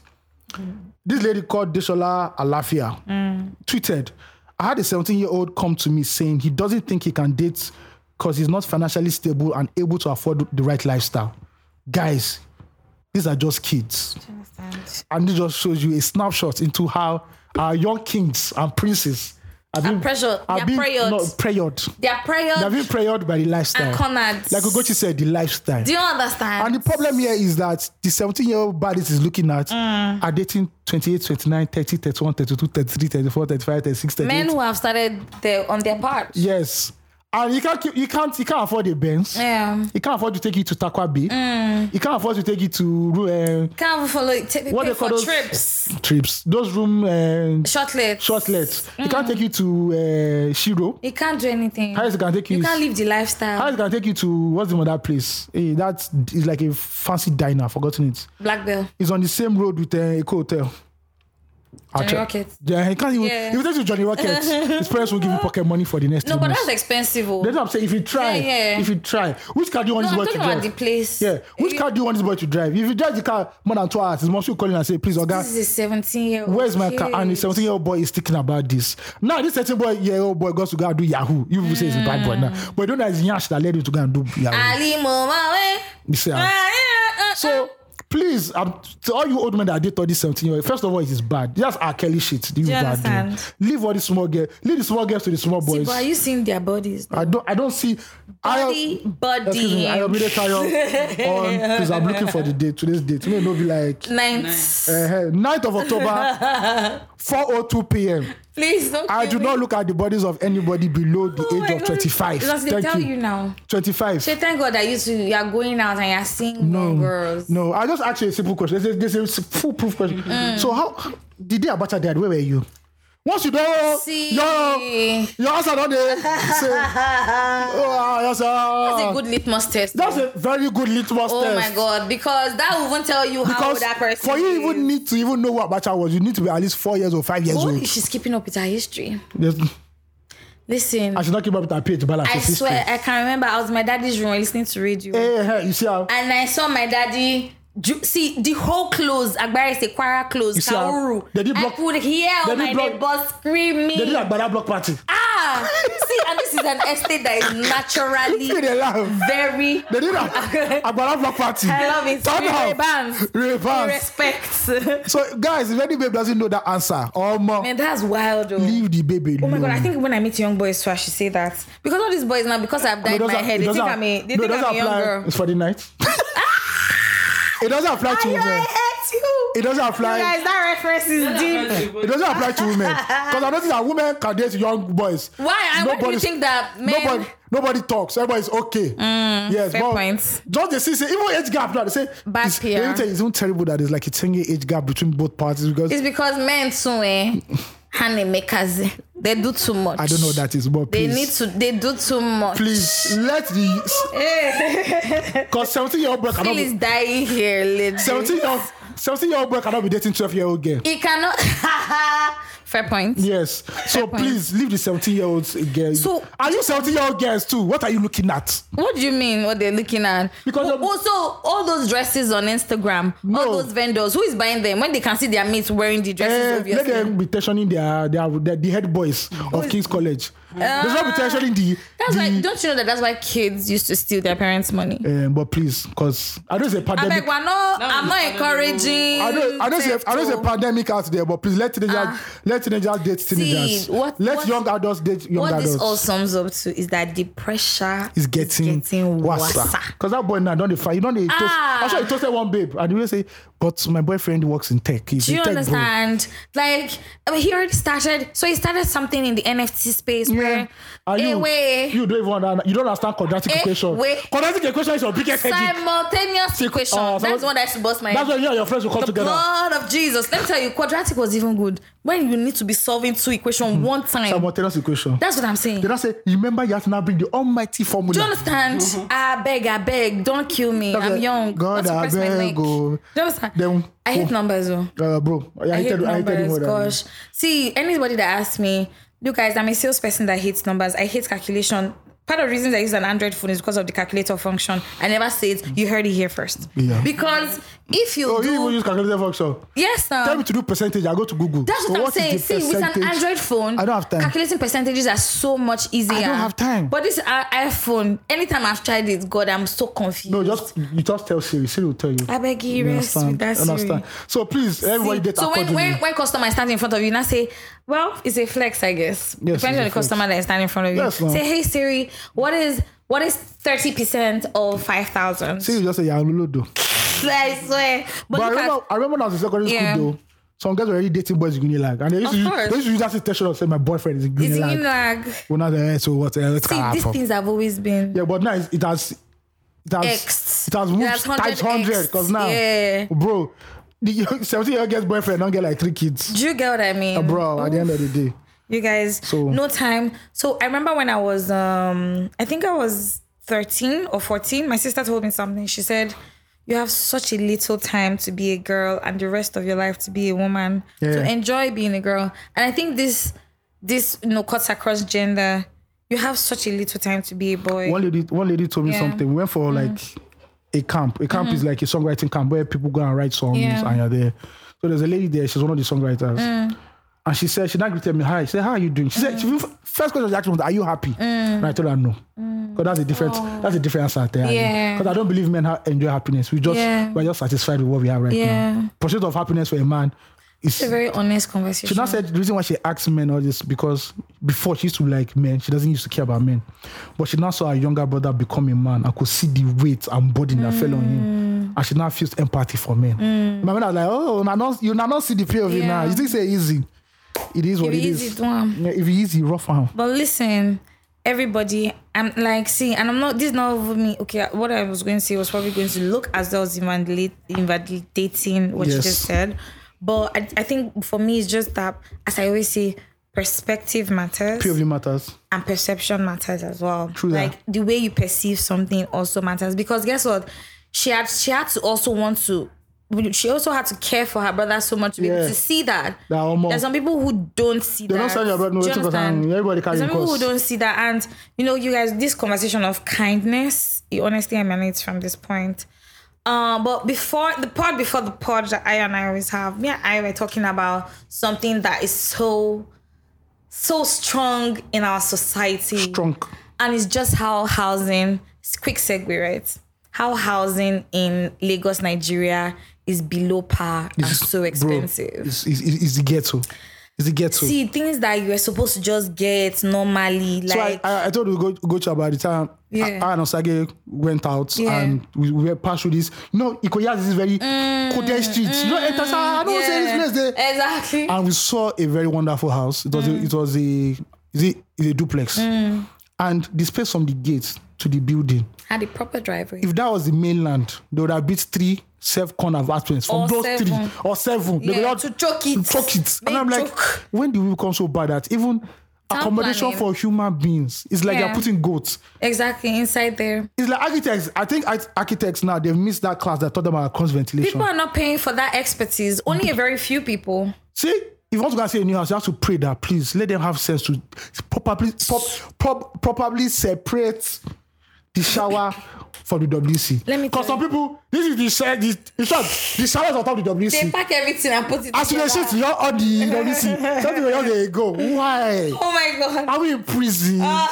A: this lady called Deshola Alafia tweeted, "I had a 17 year old come to me saying he doesn't think he can date because he's not financially stable and able to afford the right lifestyle. Guys, these are just kids."
B: Do you understand?
A: and it just shows you a snapshot into how our young kings and princes are being
B: pressured. They're pressured.
A: no, pressured.
B: They are
A: They're
B: prayer
A: being pressured by the lifestyle.
B: and cornered.
A: Like Ugochi said, the lifestyle.
B: Do you understand?
A: and the problem here is that the 17 year old baddies is looking at
B: Mm.
A: are dating 28, 29, 30, 31, 32, 33, 34, 35, 36, 38.
B: Men who have started their, on their part.
A: yes. And you can't, keep- you can't, you can't afford a Benz.
B: Yeah.
A: You can't afford to take you to Takwa Bay. You can't afford to take you to uh,
B: Can't even follow. Take,
A: What
B: pay
A: they call
B: for
A: those-
B: trips.
A: trips. Those room uh,
B: Shortlet.
A: shortlets. It
B: Mm.
A: can't take you to uh, Shiro.
B: You can't do anything.
A: Highest it can take you,
B: You
A: is-
B: can't live the lifestyle.
A: highest it can take you to what's the name of that place? Eh, that is like a fancy diner. I've Forgotten it.
B: Black Bell.
A: It's on the same road with uh, Eco Hotel.
B: Johnny
A: Ache-
B: Rocket.
A: Yeah, he can't even.
B: Yeah.
A: If you take to Johnny Rocket, his parents will give you pocket money for the next.
B: No,
A: three
B: but
A: months.
B: that's expensive. oh.
A: That's what I'm saying. If you try,
B: Yeah, yeah.
A: if you try, which car do you want
B: No,
A: this
B: I'm
A: boy
B: talking
A: to
B: about
A: drive?
B: the place.
A: yeah, which
B: If-
A: car do you want this boy to drive? If you drive the car more than two hours, his mom should call in and say, "Please, Oga,
B: This is a 17 year old.
A: Where's my car? And the 17 year old boy is thinking about this. Now, this 13 boy year old boy goes to go and do Yahoo. You people say he's a bad
B: Mm.
A: boy now. But you don't know it's Yash that led him to go and do Yahoo.
B: Ali uh, Mama.
A: you see, ah. so,
B: Ah.
A: please, um, to all you old men that date all this 17 year old, first of all, it is bad. That's our Kelly shit. You bad do.
B: understand?
A: Leave all the small girls, leave the small girls to the small boys.
B: But are you seeing their bodies?
A: I don't, I don't see.
B: Body,
A: I, excuse
B: body.
A: me, I am really tired on because I'm looking for the date, today's date. You know, it'll be like
B: Ninth.
A: uh, 9th of October, 4.02 p.m.
B: Please don't.
A: I
B: kill
A: do
B: me.
A: not look at the bodies of anybody below the
B: Oh
A: age
B: my
A: of
B: God.
A: 25.
B: Because they
A: Thank
B: tell
A: you.
B: you, now.
A: 25.
B: Say thank God that you two you are going out and you are seeing
A: no,
B: young girls.
A: Um,
B: Mm.
A: no. I just asked you a simple question. There's a, there's a foolproof question. So how the day Abacha died? Where were you? Once you don't,
B: See.
A: your your answer don't dey say. Oh, yes, ah."
B: That's a good litmus test.
A: That's a very good litmus
B: oh
A: test.
B: my God, because that will even tell you how old
A: Because
B: that person.
A: for you
B: is.
A: even need to even know what Abacha was, you need to be at least four years or five years
B: What
A: old.
B: if she's keeping up with her history?
A: There's-
B: Listen,
A: I should not keep up with her page balance.
B: I
A: of history. Eh.
B: swear, I can remember I was in my daddy's room listening to radio,
A: Hey, hey, you see how?
B: and I saw my daddy. ju- See the whole clothes, Agbari say Kwara clothes,
A: You see how-
B: Kauru.
A: They did
B: I
A: block-
B: could hear
A: they
B: all my
A: did block-
B: neighbors screaming.
A: They did a bad block party.
B: ah, see, and this is an estate that is
A: See
B: naturally
A: they laugh.
B: very.
A: They did a Agbara block party.
B: I love it.
A: Turn
B: Ray
A: up.
B: Bans.
A: Ray Bans.
B: Respect.
A: So guys, if any babe doesn't know that answer, or more,
B: Man, that's wild. Though.
A: leave the baby
B: Oh my god, I think when I meet young boys too, I should say that. Because all these boys now, because I've dyed my hair, they think I'm a they think I'm a young girl.
A: It's for the night. it doesn't apply to
B: Yeah,
A: women.
B: I hate you.
A: It doesn't
B: You
A: apply.
B: guys, that reference is deep.
A: It doesn't apply to women. Because I noticed that women can date young boys.
B: Why? And why do you
A: Nobody's-
B: think that men Mm,
A: Nobody, nobody talks. Everybody's okay. yes,
B: fair
A: but
B: point.
A: Just they see, say, even age gap. Now they say,
B: Bad
A: it's,
B: PR.
A: let me tell you, it's even terrible that there's like a 10 year age gap between both parties because
B: it's because men too eh honey makers eh, they do too much.
A: I don't know what that is, but
B: They
A: please,
B: need to they do too much.
A: please let the
B: Eh.
A: because seventeen year old boy cannot
B: Phil is
A: be,
B: dying here, lady.
A: seventeen year old seventeen year old boy cannot be dating twelve year old girl.
B: It cannot fair point.
A: Yes, so
B: point.
A: please leave the seventeen year old girl.
B: So-
A: are you seventeen year old girls too? What are you looking at?
B: What do you mean? What they're looking at?
A: Because
B: Oh,
A: of-
B: also all those dresses on Instagram,
A: No.
B: all those vendors, who is buying them when they can see their mates wearing the dresses?
A: Eh, let
B: obviously,
A: them be tensioning their their, their the head boys of King's College. They should not be tensioning the.
B: Ah. that's
A: the
B: why. Don't you know that that's why kids used to steal their parents' money?
A: um, but please, because I know it's a
B: I
A: pandemic.
B: beg, we're not. I'm not encouraging.
A: I know, I know, it's a, I know it's a
B: theft,
A: pandemic out there, but please let teenagers, let teenagers date teenagers.
B: Ah. what-
A: let
B: what-
A: young adults date
B: oh.
A: young
B: What
A: adults.
B: this all sums up to is that the pressure
A: is getting,
B: getting worse.
A: Because that boy now don't they fight. You know they toast.
B: Ah.
A: I'm sure he toasted one babe. And he will say, but my boyfriend works in tech. He's
B: Do you
A: a tech bro.
B: understand? Like, I mean, he already started. So he started something in the NFT space. where Nigeria.
A: Are you,
B: Ewe.
A: you don't even understand, you don't understand quadratic
B: Eh,
A: equation.
B: wait.
A: Quadratic equation is your biggest headache.
B: Simultaneous
A: Sequ-
B: equation.
A: uh,
B: That's
A: simul-
B: one that should bust my
A: That's
B: head.
A: when you and your friends will come
B: The
A: together.
B: blood of Jesus. Let me tell you, quadratic was even good. When you need to be solving two
A: Hmm.
B: equations one time.
A: Simultaneous equation.
B: That's what I'm saying.
A: They don't say, remember you have to now bring the almighty formula.
B: Do you understand? Mm-hmm. I beg, I beg. Don't kill me.
A: That's
B: I'm
A: it.
B: young.
A: God,
B: Not to
A: I
B: press my
A: beg,
B: neck.
A: oh.
B: Do you understand?
A: Then-
B: I hate
A: oh.
B: numbers, though.
A: Uh, bro, I,
B: I hate
A: hated, I hated him
B: numbers.
A: more than
B: Gosh. See, anybody that asks me, look, guys, I'm a salesperson that hates numbers. I hate calculation. Part of the reasons I use an Android phone is because of the calculator function. I never say it. You heard it here first.
A: Yeah.
B: Because if you
A: Oh,
B: do,
A: you even use calculator function.
B: yes, um, sir.
A: Tell me to do percentage. I go to Google.
B: That's what
A: So
B: I'm
A: is
B: saying.
A: the
B: See, with an
A: percentage?
B: Android phone,
A: I don't have time.
B: calculating percentages are so much easier.
A: have time.
B: But this uh, iPhone, anytime I've tried it, God, I'm so confused.
A: No, just you just tell Siri. Siri will tell you.
B: I beg you,
A: You
B: rest with that
A: you
B: Siri.
A: So please, everybody
B: See,
A: date
B: so when,
A: accordingly.
B: when when customer is standing in front of you, now say, well, it's a flex, I guess.
A: Yes, it's
B: Depending
A: a
B: on the
A: flex.
B: customer that is standing in front of you.
A: Yes, ma'am.
B: say, hey Siri, what is what is thirty percent of five thousand?
A: Siri just say, "Yeah, I'm Lulu."
B: I swear. But,
A: But I
B: look
A: remember, I remember when I was in secondary
B: Yeah.
A: school though. Some guys were already dating boys in Unilag, and they used,
B: Of
A: to use,
B: course.
A: they used to use that station of say my boyfriend is in
B: at it's in
A: Unilag.
B: lag.
A: Well, now they're, eh, so what? eh, Let's
B: See,
A: cut
B: these
A: off.
B: things have always been.
A: Yeah, but now it's, it has it has
B: Xed.
A: it has
B: It
A: moved
B: has 100
A: times hundred because now,
B: Yeah.
A: bro, the seventeen year old girl's boyfriend don't get like three kids,
B: Do you get what I mean?
A: Uh, bro. At the end of the day,
B: you guys
A: So-
B: no time so i remember when i was um i think i was 13 or 14 my sister told me something she said you have such a little time to be a girl and the rest of your life to be a woman so
A: Yeah.
B: enjoy being a girl and i think this this you know cuts across gender you have such a little time to be a boy
A: one lady one lady told me
B: Yeah. Mm. Mm-hmm.
A: something. We went for like a camp. A camp is like a songwriting camp where people go and write songs
B: Yeah. Mm.
A: and you're there. So there's a lady there. She's one of the songwriters. And she said, she now greeted me, hi. She said, how are you doing? She said, she, first question she asked me was, are you happy?
B: Mm.
A: And I told her, no. Because that's a different, that's a different answer there.
B: Oh. Yeah.
A: Because I don't believe men ha- enjoy happiness. We just,
B: Yeah.
A: we're just satisfied with what we have right
B: Yeah.
A: now. Pursuit of happiness for a man is,
B: it's a very honest conversation
A: she now said the reason why she asked men all this because before she used to like men, she doesn't used to care about men. But she now saw her younger brother become a man. I could see the weight and burden that fell on him.
B: Mm.
A: And she now feels empathy for men. My man was like, Oh, una not, you now not see the POV
B: Yeah.
A: now. You think say easy. It is what
B: If
A: it
B: it
A: is.
B: easy, do am.
A: Yeah, if it easy, rough am.
B: But listen, everybody, I'm like, see, and I'm not, this is not over me. Okay, what I was going to say was probably going to look as though I was invalid- invalidating what you
A: Yes.
B: just said. But I, I think for me, it's just that, as I always say, perspective matters
A: POV matters.
B: and perception matters as well.
A: True that.
B: Like the way you perceive something also matters because guess what? She had she had to also want to. She also had to care for her brother so much to be
A: Yeah.
B: able to see that.
A: That omo.
B: There's some people who don't see
A: They
B: that.
A: don't send your brother no
B: Do you
A: wetin concern
B: understand?
A: everybody carry im
B: There's some people who
A: course.
B: don't see that, and you know, you guys, this conversation of kindness, it honestly emanates from this point. Uh, but before the pod, before the pod that I and I always have, me and I were talking about something that is so, so strong in our society.
A: Strong.
B: And it's just how housing, it's quick segue, right? How housing in Lagos, Nigeria is below par and
A: It's-
B: so
A: bro,
B: expensive.
A: it's, it's, it's the ghetto. It's the ghetto.
B: See, things that you are supposed to just get normally,
A: So
B: like,
A: I, I, I told you go go to about the time
B: Yeah.
A: I, I and Osage went out
B: Yeah.
A: and we, we were passed through this. You know, Ikoyas is very coded street. you know, enter, say, "Ah, I don't
B: Mm, yeah,
A: say this place Ah. there.
B: Exactly.
A: And we saw a very wonderful house. It was
B: Mm.
A: a, it was a is it is a duplex. And the space from the gate to the building,
B: Had a proper driveway.
A: if that was the mainland, they would have beat three self corner apartments from
B: Or
A: those
B: seven.
A: three or seven. They
B: Yeah,
A: would have
B: to choke it.
A: to choke it.
B: Make
A: and I'm like,
B: choke.
A: when do we become so bad at even accommodation for
B: planning.
A: human beings? It's like
B: Yeah.
A: they're putting goats.
B: Exactly, inside there.
A: It's like architects. I think ar- architects now they've missed that class that taught them about cross ventilation.
B: People are not paying for that expertise. Only a very few people.
A: See, if you want to go and see a new house, you have to pray that please let them have sense to properly prop, prop, properly separate the shower from the WC.
B: Let me
A: Because
B: tell
A: some people, this is the shower, the, the, shower, the shower is on top of the
B: They
A: WC.
B: pack everything and put it
A: As you
B: together.
A: dey sit you all on the WC, some people just dey go. Why?
B: Oh my god.
A: Are we in prison? Are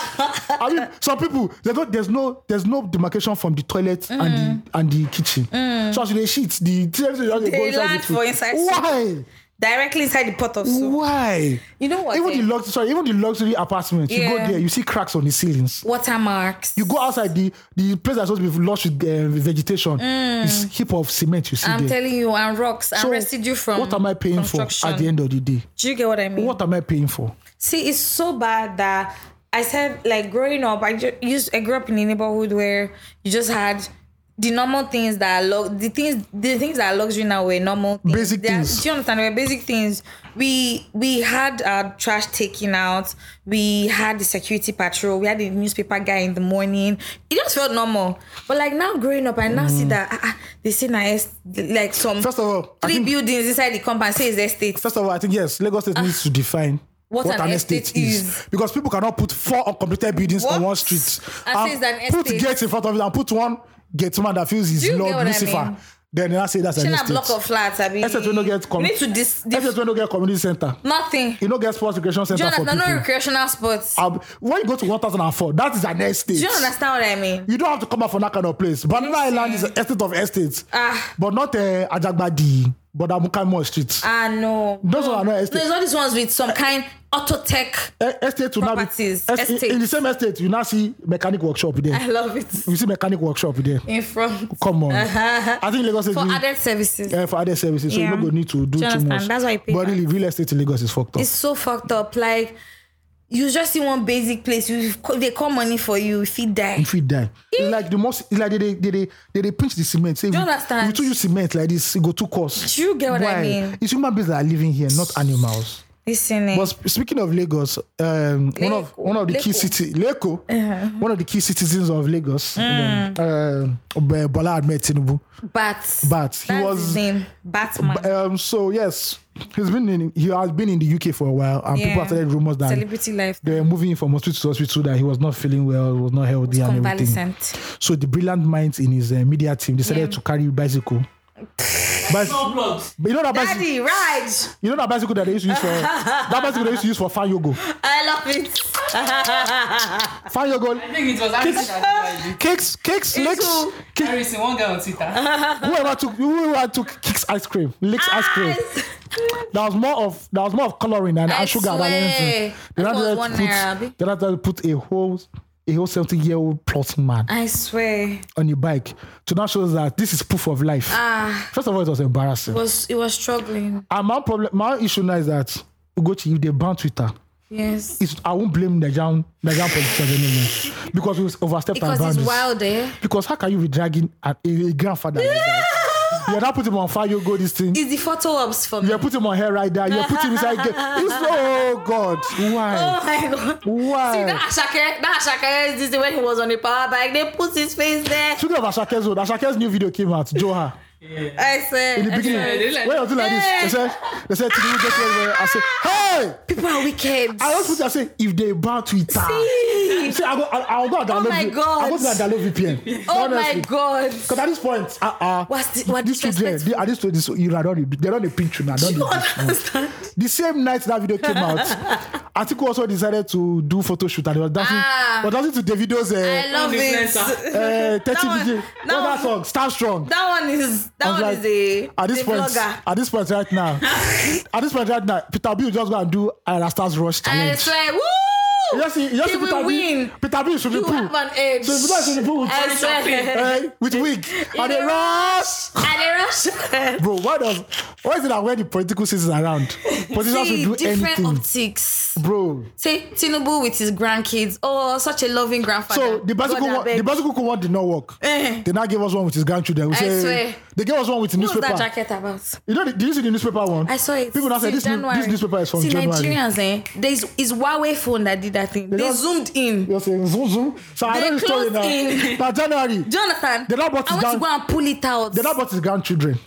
A: we, some people they go, there's no there's no demarcation from the toilet and the and the kitchen. So as you dey shit, the things you just dey go
B: They
A: inside
B: land
A: the food.
B: for inside soup.
A: Why?
B: Directly inside the pot of soup.
A: Why?
B: You know what,
A: Even
B: eh?
A: the luxury, sorry, even the luxury apartment, you go
B: Yeah.
A: there, you see cracks on the ceilings.
B: Watermarks.
A: You go outside the the place that's supposed to be lush with uh, vegetation, it's heap of cement you see
B: I'm
A: there.
B: telling you, Mm. and rocks and
A: So,
B: residue from
A: what am I paying for
B: construction.
A: at the end of the day?
B: Do you get what I mean?
A: What am I paying for?
B: See, it's so bad that I said like growing up, I ju- used I grew up in a neighborhood where you just had the normal things that are lux- the things the things that are luxury now were normal things.
A: Basic
B: They are-
A: things.
B: Do you understand? They Were basic things. We we had our trash taken out. We had the security patrol. We had the newspaper guy in the morning. It just felt normal. But like now growing up, I now see that ah, ah, they say na est- like some
A: Mm. First of all, I
B: three
A: think-
B: buildings inside the compound say it's estate.
A: First of all, I think yes, Lagos
B: Ah.
A: State needs to define what, an, estate, is. because people cannot put four uncompleted buildings on
B: What?
A: one street
B: And say it's an
A: put
B: estate.
A: gates in front of it and put one gate man that feels his
B: you get
A: Lord
B: what I
A: Lucifer.
B: mean?
A: Then they now say that's an
B: Shall I
A: estate.
B: block of flats? I mean,
A: Except we no get com-
B: we need to dis- dif-
A: Except we no get community center.
B: nothing.
A: You no get sports recreation center
B: Jonathan,
A: for people.
B: no recreational sports.
A: Um, when you go to 1004, that is an estate.
B: Do you understand what I mean?
A: You don't have to come out from that kind of place. Banana
B: Listen.
A: Island is an estate of estates,
B: Ah.
A: but not uh, Ajagbadi, but Amukamo Street.
B: Ah no.
A: Those
B: no.
A: are not
B: No,
A: estate.
B: it's all these ones with some kind auto tech.
A: Eh, estate will now be
B: Properties, Ah.
A: es- in- in the
B: estates.
A: same estate you now see mechanic workshop
B: I
A: there
B: love it.
A: you see mechanic workshop there
B: In front.
A: come on i think lagos is
B: Uh-huh. For added services.
A: uh, for other services so you
B: Yeah.
A: no go need to do
B: Do you
A: too
B: understand?
A: much
B: That's why I pay
A: but
B: back.
A: really real estate in lagos is fucked up
B: It's so fucked up. Like you just see one basic place. You they call money for you if you die.
A: you fit die it's like the most it's like they they they they, they, they pinch the cement say
B: you
A: we-
B: understand?
A: we too use cement like this e go too cost
B: Do you get what
A: why
B: I mean?
A: it's human beings that are living here not animals
B: Listen. eh,
A: But sp- speaking of Lagos, um, one of
B: Leko.
A: one of the key
B: Leko.
A: city Leko,
B: Uh-huh.
A: one of the key citizens of Lagos,
B: Mm.
A: um, uh, Bola Ahmed Tinubu.
B: Bat.
A: Bat. He
B: That's
A: was-
B: his name. Batman.
A: Um, so yes, he's been in he has been in the UK for a while, and people
B: Yeah.
A: have started rumors that
B: Celebrity life.
A: they were moving him from hospital to hospital that he was not feeling well, was not healthy, and everything.
B: Convalescent.
A: So the brilliant minds in his uh, media team decided to carry bicycle. Bicy- but you know that bicycle,
B: Daddy, ride.
A: you know that bicycle that they used to use for that bicycle they used to use for fan yoga.
B: I love it.
A: Fan yoga.
E: I think it was after that. like,
A: Cakes, cakes, licks.
B: so-
E: Harrison, one guy on
B: Ah,
E: Twitter.
A: Whoever took whoever took kicks ice cream, licks ice cream.
B: Ice.
A: That was more of that was more of coloring and
B: I
A: and sugar than
B: swear.
A: anything. They
B: That
A: had
B: was
A: to
B: one
A: put,
B: naira, abi?
A: they had to put a whole a whole seventy year old plotting man
B: I swear.
A: on a bike to now show us that this is proof of life.
B: Ah.
A: First of all, it was embarrassing.
B: was it was struggling.
A: and my problem, my issue now is that Ugochi, if they ban Twitter,
B: Yes.
A: it's, I won't blame Nigerian Nigerian politicians anymore because we overstepped our
B: Because
A: boundaries.
B: it's wild, eh?
A: Because how can you be dragging a, a, a grandfather like that? You're not putting him on fire, you go this thing.
B: It's the photo ops for me.
A: You're putting him on hair right there. You're putting him inside. Gate. It's, oh God,
B: Oh
A: why?
B: my god.
A: Why?
B: See that Ashake, that Ashake is this when he was on the power bike, they put his face there.
A: Speaking of Ashake's own, Ashake's new video came out. Joha.
B: I said
A: In the beginning,
E: they like-
A: when I was doing like this, they said, they said, Tinubu just went there. I said, hey,
B: people are wicked.
A: I was put there. I said, if they ban Twitter,
B: See?
A: ah."
B: Oh
A: see, I go, I, I'll go and download.
B: my
A: V-
B: God.
A: I go to download VPN.
B: Oh my god.
A: Because at this point, uh, uh,
B: What's the- what
A: these children,
B: disrespectful.
A: they, at this point, this, you are not, they don't dey pinch you now. Don't
B: Do you
A: dey pinch you.
B: understand?
A: the same night that video came out, Atiku also decided to do photo shoot and he was dancing,
B: Ah.
A: was dancing to Davido's
B: I
A: uh,
B: love
E: Influencer.
B: it.
A: uh, 30
B: That one-
A: video.
B: that
A: What's that
B: one-
A: song? Stand strong.
B: That one is that
A: I was
B: one
A: like,
B: is a
A: at this
B: a
A: point,
B: vlogger.
A: at this point right now, at this point right now, Peter B will just go and do Ira Stars Rush
B: I
A: challenge.
B: swear, woo!
A: You just see, you just
B: he
A: see Peter
B: will
A: B.
B: win.
A: Peter B should be
B: You
A: pool.
B: have an edge.
A: So if Peter B should be pool with,
B: I swear.
A: eh, with wig and
B: a
A: a rush.
B: I
A: Bro, why does why is it that when the political season is around, politicians
B: See,
A: will do
B: different
A: anything,
B: optics.
A: bro?
B: Say Tinubu with his grandkids. Oh, such a loving grandfather.
A: So the bicycle,
B: God,
A: one,
B: abeg.
A: the bicycle one did not work.
B: Eh.
A: They now gave us one with his grandchildren. We
B: I
A: say,
B: swear.
A: They gave us one with the
B: What was that
A: newspaper.
B: jacket about?
A: You know, the- did you see the newspaper one?
B: I saw it.
A: People now say this,
B: since
A: new,
B: January.
A: this newspaper is from
B: See,
A: January.
B: Nigerians, eh? There's is Huawei phone that did that thing. They,
A: just-
B: zoomed in.
A: You're saying zoom zoom. So I
B: They
A: know the story
B: closed
A: now.
B: in.
A: now January.
B: Jonathan,
A: They not brought
B: I
A: it
B: want to
A: down.
B: go and pull it out.
A: They now bought his grandchildren.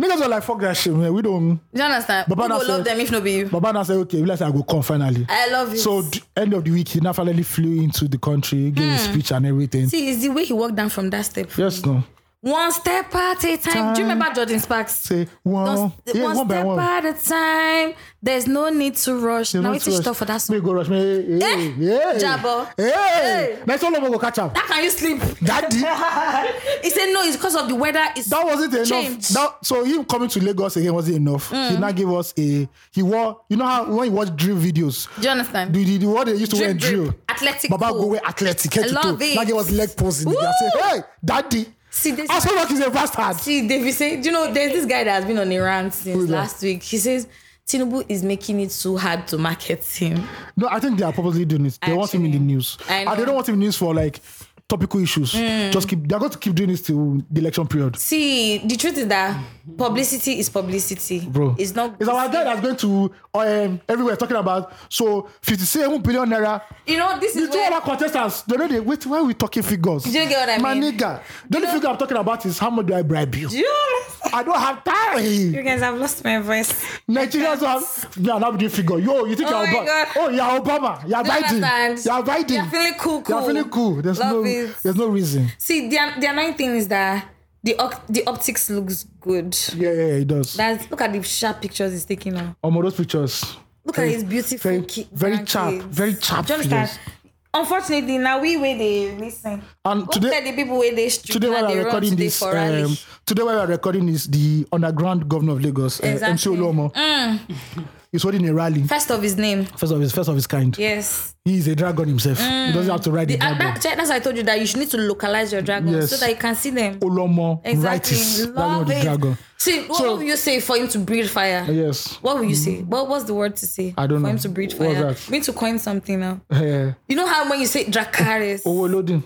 A: Niggas were like, fuck that shit, man. We don't.
B: Do you understand?
A: Baba
B: Who
A: now
B: will love
A: said-
B: them if not be you?
A: Baba now said, okay, let's say I go come finally.
B: I love it.
A: so d- end of the week, he now finally flew into the country, gave his speech and everything.
B: Hmm. see, it's the way he walked down from that step.
A: Yes, no.
B: One step at a time. Do you
A: Time.
B: remember Jordan Sparks?
A: Say
B: Don't-
A: one, yeah,
B: one,
A: one, by
B: step
A: one.
B: at a time. There's no need to rush.
A: They
B: now
A: want
B: it's
A: to rush.
B: stuff for that
A: Make
B: song.
A: go rush. Make, hey,
B: Eh?
A: hey,
B: Jabo. Eh.
A: Hey.
B: Hey.
A: That's Eh, all over go catch up.
B: How can you sleep?
A: Daddy, that
B: He said no, it's because of the weather. It's
A: wasn't enough.
B: Change. Mm.
A: That, so him coming to Lagos again wasn't enough. He now gave us a he wore. You know how when you watch drill videos,
B: Do you understand?
A: the, the, the what they used to wear in
B: Drip, drip.
A: drill.
B: Athletic
A: Baba
B: cool.
A: go wear athletic. Head
B: I
A: to
B: love
A: toe.
B: it.
A: Now gave us leg pose in the I
B: Woo!
A: say, hey, daddy.
B: See, this-
A: I saw work is a bastard.
B: See, David say, do you know, there's this guy that has been on a rant since
A: that?
B: last week. He says, Tinubu is making it too hard to market him.
A: No, I think they are purposely doing it. They want him in the
B: Actually,
A: news.
B: I
A: And they
B: know. Mm.
A: don't want him in the news for like topical issues. Just keep they're going to keep doing this till the election period.
B: See, the truth is that publicity is publicity.
A: Bro.
B: It's not
A: It's our guy that's going to um, everywhere talking about so 57 billion naira.
B: You know, this
A: The
B: is
A: two
B: where,
A: other contestants, they know they wait. Why are we talking figures? Do
B: you get what I
A: My
B: mean?
A: nigga. The only figure I'm talking about is how much do I bribe you?
B: Do you understand?
A: I don't have time.
B: You guys have lost my voice.
A: Nigerians have yeah, now doing figure. Yo, you think
B: Oh
A: you're Obama?
B: my God.
A: Oh, you're Obama. You're
B: Do you understand?
A: Biden. You're Biden.
B: You're feeling cool, cool.
A: You're feeling cool. There's
B: Love
A: no
B: it.
A: there's no reason.
B: See, the, the annoying thing is that the op- the optics looks good.
A: Yeah, yeah, it does.
B: That's look at the sharp pictures he's taking on.
A: Um, those pictures.
B: Look at his beautiful
A: very-
B: ki-
A: very
B: grandkids.
A: sharp, very sharp
B: Do you understand?
A: figures.
B: Unfortunately, now we where they listen.
A: And
B: Go
A: today-
B: tell the people where they street
A: Today,
B: now
A: while
B: they
A: we're
B: run
A: recording
B: today
A: this,
B: for rally.
A: um, today while we're recording is the underground governor of Lagos, uh, MC
B: Exactly. Mm.
A: Olomo. He's holding a rally.
B: first of his name.
A: First of his first of his kind.
B: Yes.
A: He is a dragon himself. He doesn't have to ride the,
B: Mm. The, and
A: dragon.
B: that, that's why I told you that you should need to localize your dragons
A: Yes. Oh,
B: so that you can see them.
A: Olomo
B: Exactly.
A: rightis, dragon of
B: Love
A: the
B: it.
A: dragon.
B: See, what,
A: So-
B: what would you say for him to breathe fire?
A: Yes.
B: What would you say? What was the word to say?
A: I don't
B: for
A: know.
B: him to breathe
A: What's
B: fire.
A: that?
B: We need to coin something now.
A: Uh,
B: You know how when you say Dracaris?
A: Owolodin.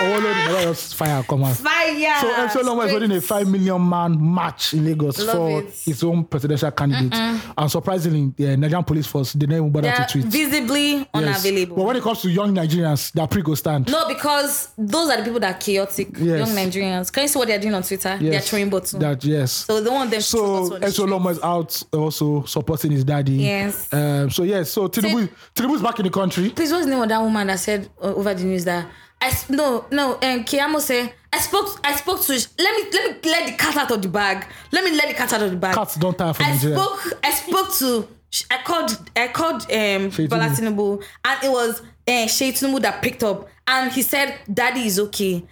A: Owolodin. That was fire come out.
B: Ah! Fire!
A: So MC Olomo is
B: Straight.
A: holding a five million man match in Lagos
B: Love
A: for
B: it.
A: his own presidential candidate. And surprisingly, the Nigerian police force did not even bother
B: They're
A: to tweet.
B: visibly
A: Yes.
B: unavailable.
A: But when it comes to young Nigerians, their pre go stand.
B: no, because those are the people that are chaotic,
A: Yes.
B: young Nigerians. Can you see what they're doing on Twitter? They're
A: Yes.
B: throwing bottles.
A: That yes.
B: so they want them to throw
A: So
B: bottles on the
A: Enzo
B: street.
A: Loma is out also supporting his daddy.
B: Yes.
A: Um, so yes, so Tinubu Tinubu is back in the country.
B: Please, what's the name of that woman that said uh, over the news that I s- no no um, Kiamo said I spoke I spoke to let me let me let the cat out of the bag let me let the cat out of the bag.
A: Cats don't tire for
B: I
A: Nigeria.
B: spoke I spoke to sh- I called I called um
A: Tinubu.
B: Bola Tinubu and it was uh, Shea Tinubu that picked up and he said daddy is okay.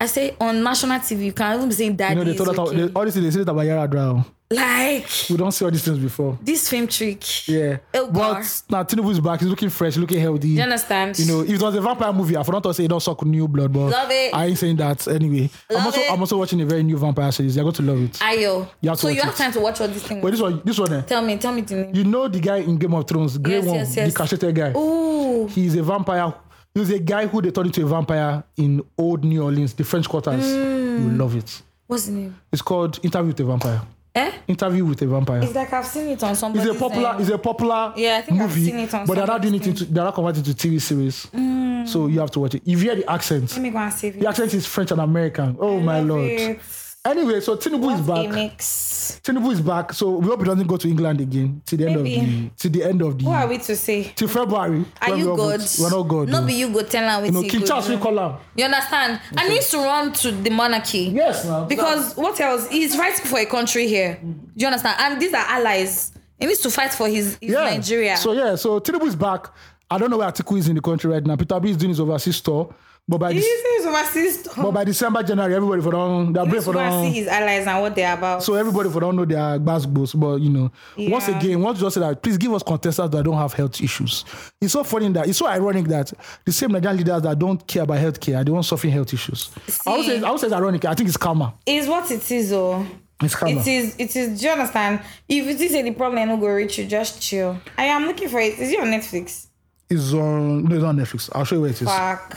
B: I say on national TV you can even be saying daddy
A: You know, they told
B: is
A: us
B: okay.
A: they, all these things they said about Yara Drow.
B: like
A: We don't see all these things before.
B: this fame trick.
A: Yeah.
B: Oh, God.
A: But now Tinubu is back, he's looking fresh, looking healthy.
B: You understand?
A: You know, if it was a vampire movie, I forgot to say it don't suck new blood, but
B: Love it.
A: I ain't saying that anyway. I'm
B: Love
A: also
B: it.
A: I'm also watching a very new vampire series. You're going to love it.
B: Ayo.
A: You have to
B: so you
A: watch
B: have
A: it.
B: time to watch all this thing.
A: But this one, this one, eh,
B: Tell me, tell me the name.
A: you know the guy in Game of Thrones, Grey
B: Yes,
A: One,
B: yes, yes.
A: the castrated guy.
B: Ooh.
A: He's a vampire. He's a guy who they turned into a vampire in old New Orleans, the French quarters.
B: Hmm.
A: You love it.
B: What's the name?
A: It's called Interview with a Vampire.
B: Eh?
A: Interview with a Vampire.
B: It's like I've seen it on
A: It's
B: somebody's
A: a popular,
B: name.
A: it's a popular
B: Yeah, I think I've
A: movie,
B: seen it on
A: but they're not doing it
B: somebody's Hmm.
A: into, they're not converting to TV series. So you have to watch it. If you hear the accent,
B: Let me go and save it.
A: the accent is French and American. Oh my
B: Love
A: lord.
B: it.
A: Anyway, so Tinubu is
B: What
A: back.
B: a mix.
A: Tinubu is back, so we hope he doesn't go to England again till the end of the
B: Maybe.
A: till the end of the
B: Who are we to say?
A: till February.
B: Are
A: when
B: you
A: we all
B: God?
A: vote. We're not God.
B: Not
A: oh.
B: be you God tell her
A: you
B: with
A: know, King Charles will call him.
B: You understand? I need to run to the monarchy.
A: Yes, now.
B: Because what else? He's fighting for a country here. Do
A: Mm-hmm.
B: you understand? And these are allies. He needs to fight for his, his
A: yeah.
B: Nigeria.
A: So yeah, so Tinubu is back. I don't know where Atiku is in the country right now. Peter Obi is doing his overseas tour, but by this,
B: he's overseas.
A: but by December, January, everybody for down, they're
B: He
A: brave
B: needs
A: for
B: to go and see
A: down.
B: his allies and what they're about.
A: So everybody for don't know their gbas but you know, once
B: Yeah.
A: again, once you just say that, please give us contestants that don't have health issues. It's so funny that it's so ironic that the same Nigerian leaders that don't care about healthcare, they won't suffer health issues. I would say, I would say it's ironic. I think it's karma.
B: is what it is, oh.
A: It's karma.
B: It is. It is. Do you understand? If it is any problem, I no go reach you. Just chill. I am looking for it. Is it on Netflix?
A: It's on no, it's on Netflix. I'll show you where it is.
B: Fuck.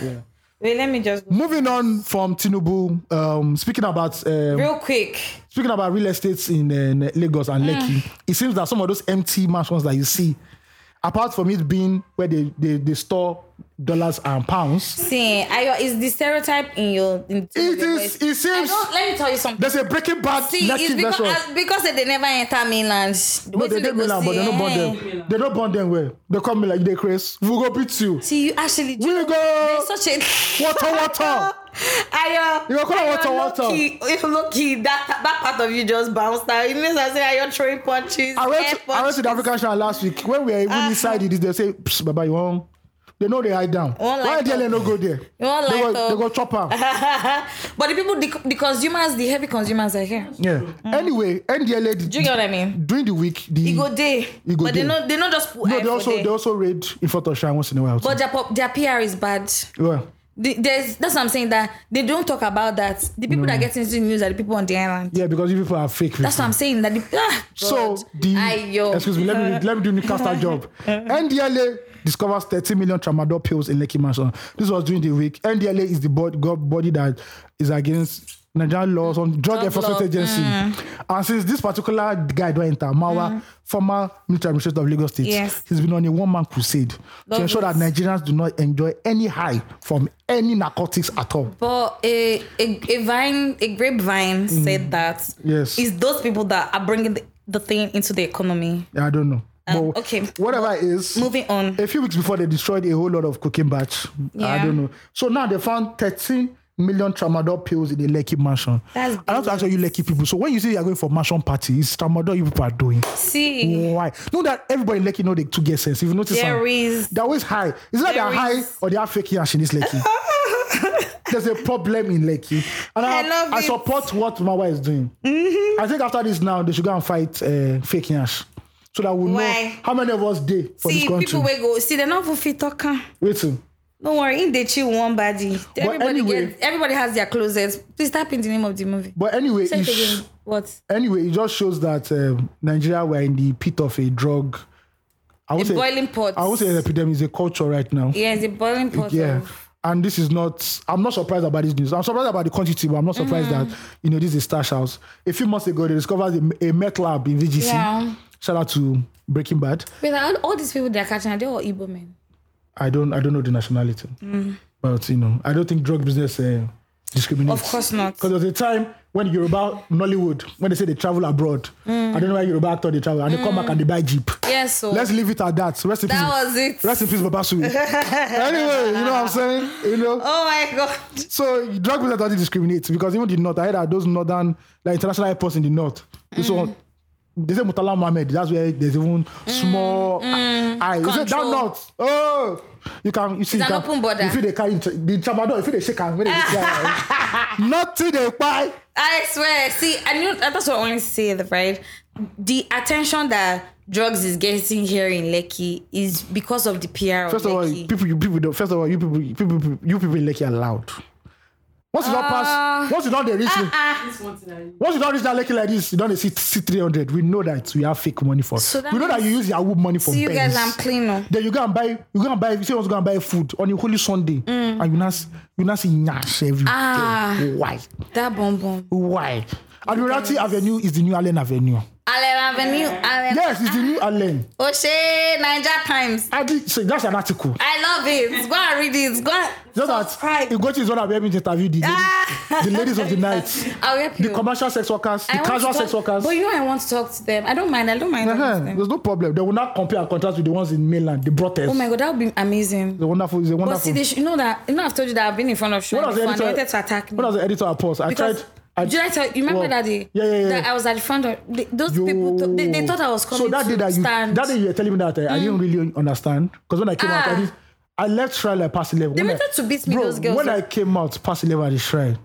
B: Wait, let me just
A: Moving on from Tinubu, um, speaking about um,
B: real quick.
A: speaking about real estates in uh, Lagos and Lekki, it seems that some of those empty mansions that you see, apart from it being where they they, they store dollars and pounds,
B: See, I is the stereotype in your. In
A: it is it
B: I
A: seems
B: don't. Let me tell you something.
A: there's a Breaking Bad
B: See, it's
A: Lekki
B: because
A: version.
B: as- because they, they never enter mainland.
A: No,
B: Wetin
A: they
B: go
A: don't Milan, but they
B: see,
A: don't bond
B: eh?
A: them. They don't bond them well. They come in like they craze. We go beat you.
B: See, you
A: We
B: actually.
A: go
B: There's such a
A: water water.
B: Ayo,
A: You go call her water, water.
B: Lucky, lucky that that part of you just bounced out. It means I say you're throwing punches.
A: I
B: air
A: went, to, I went to the
B: punches.
A: African show last week. When we were even
B: Ah.
A: inside it, they say, "Psst, Baba, you want? They know they hide down.
B: Won't
A: Why
B: like
A: they
B: up.
A: no go there?
B: won't
A: they, go,
B: like
A: they
B: up.
A: go chop am.
B: but the people, the, the consumers, the heavy consumers are here.
A: Yeah. Anyway, NDLA did,
B: Mm. Do you get what I mean?
A: during the week, the
B: It go day,
A: It go
B: but
A: dey.
B: they know they not just put
A: no,
B: eye
A: they
B: for
A: also
B: there.
A: they also raid in front of Shine once in a while.
B: But their pop, their PR is bad.
A: well,
B: the, there's that's what I'm saying that they don't talk about that. The people
A: Mm.
B: that get into the news are the people on the island.
A: Yeah, because you people are fake. People.
B: That's what I'm saying. That the ah,
A: so
B: God.
A: the
B: Ayo.
A: excuse me, let me let me do Newcastle job. NDLA discovers 30 million tramadol pills in Lekki Mansion. This was during the week. NDLA is the bod- go- body that is against Nigerian laws on drug
B: Drug
A: enforcement
B: law, Mm.
A: agency. And since this particular guy don't enter, Mawa, former military administrator of Lagos State,
B: Yes.
A: he's been on a one-man crusade to
B: Love
A: ensure that
B: it.
A: Nigerians do not enjoy any high from any narcotics at all.
B: But a, a, a vine, a grapevine said that
A: Mm. Yes.
B: it's those people that are bringing the, the thing into the economy.
A: I don't know.
B: Um,
A: But
B: okay.
A: Whatever it is.
B: Moving on.
A: A few weeks before they destroyed a whole lot of cocaine batch. I
B: Yeah.
A: don't know. So now they found 13 million tramadol pills in the Lekki mansion.
B: That's
A: I have to ask all you Lekki people. So when you say you're going for mansion party, it's tramadol you people are doing.
B: See,
A: Why? Know that everybody in Lekki know they two get sense. If you notice,
B: There
A: am-
B: is-
A: they're always high. It's not they're
B: There
A: high
B: is-
A: or they are fake yash in this Lekki. There's a problem in Lekki, and I,
B: I love
A: I
B: it. Mm-hmm.
A: support what Mawa is doing. I think after this now, they should go and fight uh, fake yash. So that we know
B: Why?
A: how many of us did for
B: see,
A: this country.
B: people will go. See, they're not for fit talking.
A: Wait till.
B: Don't worry, in the chill one body. Everybody
A: anyway-
B: gets, everybody has their closets. Please type in the name of the movie.
A: But anyway,
B: Say
A: it
B: it
A: sh-
B: again. What?
A: anyway, it just shows that um, Nigeria we're in the pit of a drug. I
B: A boiling pot.
A: I won't say an epidemic. It's a culture right now.
B: Yeah, it's a boiling pot.
A: Yeah.
B: of-
A: And this is not. I'm not surprised about this news. I'm surprised about the quantity, but I'm not surprised
B: Mm.
A: that you know this is a stash house. A few months ago, they discovered a, a meth lab in VGC.
B: Yeah.
A: Shout out to Breaking Bad.
B: Wait, all, all these people they're catching, are they all Igbo men?
A: I don't. I don't know the nationality,
B: Mm.
A: but you know, I don't think drug business uh, discriminates.
B: Of course not.
A: Because there was a time when Yoruba Nollywood, when they say they travel abroad, I don't know why Yoruba actor they travel and they come back and they buy jeep.
B: Yes, so
A: Let's leave it at that. Rest in
B: that
A: peace.
B: was it.
A: Rest in peace, Babasu. anyway, you know what I'm saying? You know,
B: Oh my god.
A: so drug business doesn't discriminate because even the north, I heard that those northern, like international airports in the north, they so they say Mutala Mohammed. That's where there's even small. I you say down
B: Mm. Control.
A: north. Oh, you can you see
B: It's
A: you
B: an
A: can,
B: open border.
A: If they carry tra- the tramadol, if they shake hand, when they fly, nothing they buy.
B: I swear. See, I knew that's what I wanted to say, right? The attention that drugs is getting here in Lekki is because of the PR of
A: First of all,
B: Lekki.
A: people, you people don't. First of all, you people, you people, you people in Lekki are loud. Once you don't
B: Ah.
A: pass, once you don't they reach,
E: This one thing I need.
A: once you don't reach that Lekki like this, you don't see see three hundred. We know that we have fake money for.
B: So that
A: we know that you
B: means-
A: use your wood money for.
B: See, you guys,
A: pens.
B: I'm clean. oh.
A: Then you go and buy, you go and buy, you say you want to go and buy food on a holy Sunday, and you not, you not see nyash every
B: Mm. Ah.
A: day. Why?
B: That bonbon.
A: Why? Admiralty Avenue is the new Allen Avenue.
B: Allen Avenue. Allen.
A: Yes, it's the new Allen.
B: Oshe, Niger Times.
A: Adi, so that's an article.
B: I love it. Go and read it. Go and
A: Just that
B: subscribe.
A: Igochi is one of them interview the ladies,
B: Ah.
A: the ladies of the night,
B: I'll help you.
A: the commercial sex workers, the
B: I want to
A: casual
B: talk-
A: sex workers.
B: But you know I want to talk to them. I don't mind. I don't mind. talking to
A: Uh-huh.
B: them.
A: Eh, There's no problem. They will not compare and contrast with the ones in mainland, the brothers.
B: Oh my god, that would be amazing.
A: The wonderful, it's a
B: But
A: wonderful.
B: see, they should, you know that you know I've told you that I've been in front of Sean
A: when I was the
B: before and they
A: editor,
B: wanted to attack me.
A: when I was the editor at Pulse, I
B: Because-
A: tried. I,
B: did I tell you remember
A: Well,
B: that day?
A: yeah, yeah, yeah.
B: That I was at the front of they, those people. Th- they, they thought I was coming
A: So that
B: to
A: day that you
B: stand. Mm.
A: that day you were telling me that uh, I didn't really understand because when I came out, I,
B: Ah.
A: did, I left shrine like past eleven.
B: They
A: When
B: wanted
A: I,
B: to beat me,
A: bro,
B: those girls.
A: When I came out past eleven at the shrine,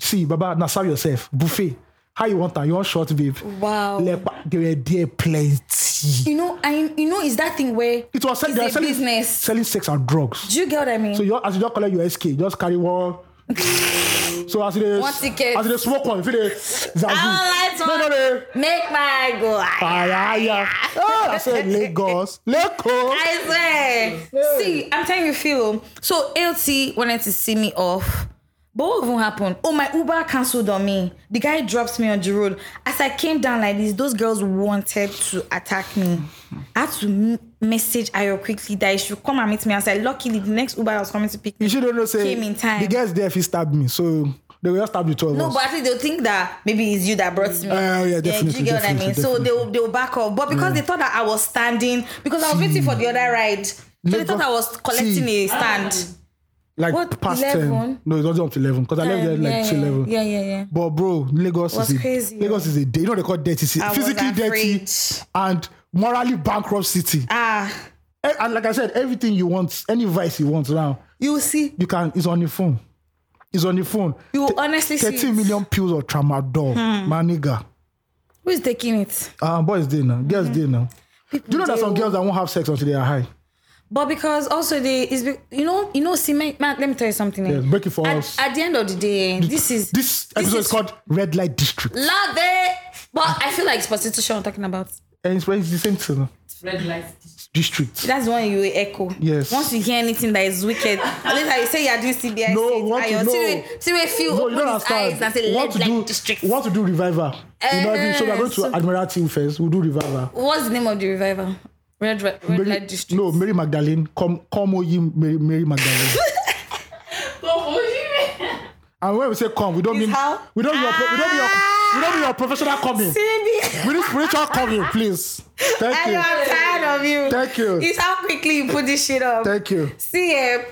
A: see, Baba, now serve yourself buffet. How you want that? You want short, babe?
B: Wow.
A: Lepa, they were there plenty.
B: you know, I you know it's that thing where
A: It was sell-
B: it's
A: they
B: a
A: were selling
B: business.
A: selling sex and drugs.
B: Do you get what I mean?
A: So you as you just collect your SK, you just carry one. so as they
B: One ticket.
A: as they smoke one, if they zazu.
B: I don't
A: no,
B: like
A: no, no.
B: Make my go. I,
A: Ayaya. Ah, I said Lagos, Lagos.
B: I swear.
A: Yeah.
B: See, I'm telling you, Phil. So LT wanted to see me off. But what even happened? Oh, my Uber cancelled on me. The guy drops me on the road. As I came down like this, those girls wanted to attack me. I had to m- message Ayo quickly that he should come and meet me. I said, luckily, the next Uber that was coming to pick me.
A: You should know say
B: Came in time.
A: the girls there if he stabbed me, so they will just stab the two of
B: No,
A: us.
B: but actually they'll think that maybe it's you that brought me.
A: Uh, yeah,
B: Do
A: definitely,
B: you get what I
A: definitely,
B: mean? So
A: definitely.
B: they'll they'll back off. But because they thought that I was standing, because I was waiting for the other ride, so they
A: Lagos-
B: thought I was collecting
A: See.
B: a stand.
A: like
B: what,
A: past
B: 11?
A: ten. No, it wasn't up to eleven because I left there
B: Um,
A: like
B: yeah,
A: till
B: yeah,
A: eleven.
B: yeah, yeah, yeah.
A: But bro, Lagos
B: was
A: is a,
B: crazy,
A: Lagos is a you know they call dirty city,
B: I was
A: physically dirty
B: afraid.
A: and morally bankrupt city.
B: Ah,
A: Eh, And like I said, everything you want, any vice you want now,
B: you will see.
A: you can. It's on your phone. It's on your phone.
B: You will
A: Th-
B: honestly see
A: thirteen
B: it. Hmm.
A: million pills of tramadol, my nigga.
B: Who is taking it?
A: Uh, boys there now, girls there now. Do you know
B: Hmm. they
A: that some
B: will-
A: girls that won't have sex until they are high?
B: But because also they is be- you know you know see man, man, let me tell you something. eh.
A: Yes, break it for
B: at,
A: us.
B: At the end of the day, eh, this is
A: This episode is, called Red Light District.
B: love it. But I feel like it's prostitution I'm talking about.
A: And it's, it's the same thing.
E: Red light.
A: District.
B: That's the one you will echo.
A: Yes.
B: Once you hear anything that is wicked, later you say you are doing CBI.
A: No, we want to know.
B: See, see, we feel
A: No, you
B: open
A: don't
B: his eyes and
A: understand.
B: say
A: We want
B: let
A: to
B: like
A: do
B: district.
A: we want to do revival. you know,
B: Eh,
A: so we're going to
B: so-
A: Admiralty first. We'll do revival.
B: What's the name of the revival? Red, red, red
A: Mary-
B: light district.
A: No, Mary Magdalene. Come, come, oh, you Mary, Mary Magdalene. and when we say come, we don't mean
B: how? Ah!
A: we don't mean your, pro- we don't mean your, we don't mean your professional coming.
B: CBI.
A: We need spiritual coming, please. Thank
B: I
A: you.
B: know I'm tired of you.
A: Thank you.
B: It's how quickly you put this shit up.
A: Thank you.
B: See, eh,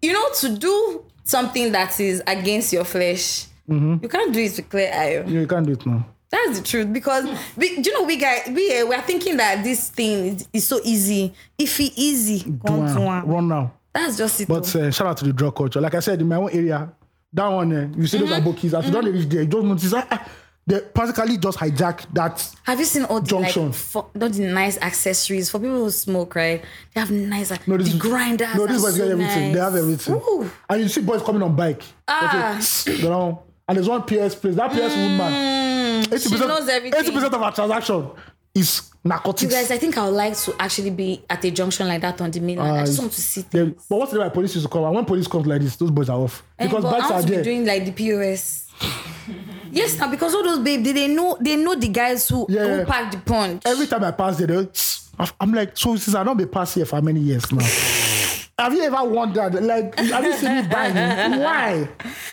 B: you know, to do something that is against your flesh,
A: Mm-hmm.
B: you can't do it with clear eye.
A: You can't do it now.
B: That's the truth because we, do you know we guys we eh, we are thinking that this thing is, is so easy. If it easy,
A: Do
B: come
A: one,
B: to one.
A: Run now.
B: That's just it.
A: But
B: though.
A: uh, shout out to the drug culture. Like I said, in my own area, that one, uh, you see those
B: Mm-hmm.
A: abokis, as you don't reach there, you don't notice that ah, they practically just hijack that.
B: have you seen all the like,
A: Junction.
B: fo- all the nice accessories for people who smoke? Right, they have nice like
A: No, this
B: the
A: is-
B: grinders.
A: No, this
B: are
A: boys
B: so
A: get everything.
B: Nice.
A: They have everything.
B: Ooh.
A: And you see boys coming on bike.
B: Ah. Mm.
A: Okay, you know, and there's one PS place. That PS woman, 80%,
B: knows everything.
A: 80% of our transaction is narcotics.
B: You guys, I think I would like to actually be at a junction like that on the mainland. I
A: Uh,
B: just want to see.
A: They- but what's the way police used to come? And when police comes like this, those boys are off.
B: Eh,
A: Because
B: but
A: bikes
B: I
A: are
B: want to
A: there.
B: be doing like the POS. yes, now because all those babe, they, they know they know the guys who
A: Yeah, yeah.
B: who pack the punch.
A: every time I pass there, they'll, I'm like, so since I don't be pass here for many years now. have you ever wondered, like, have you seen me buying? Why?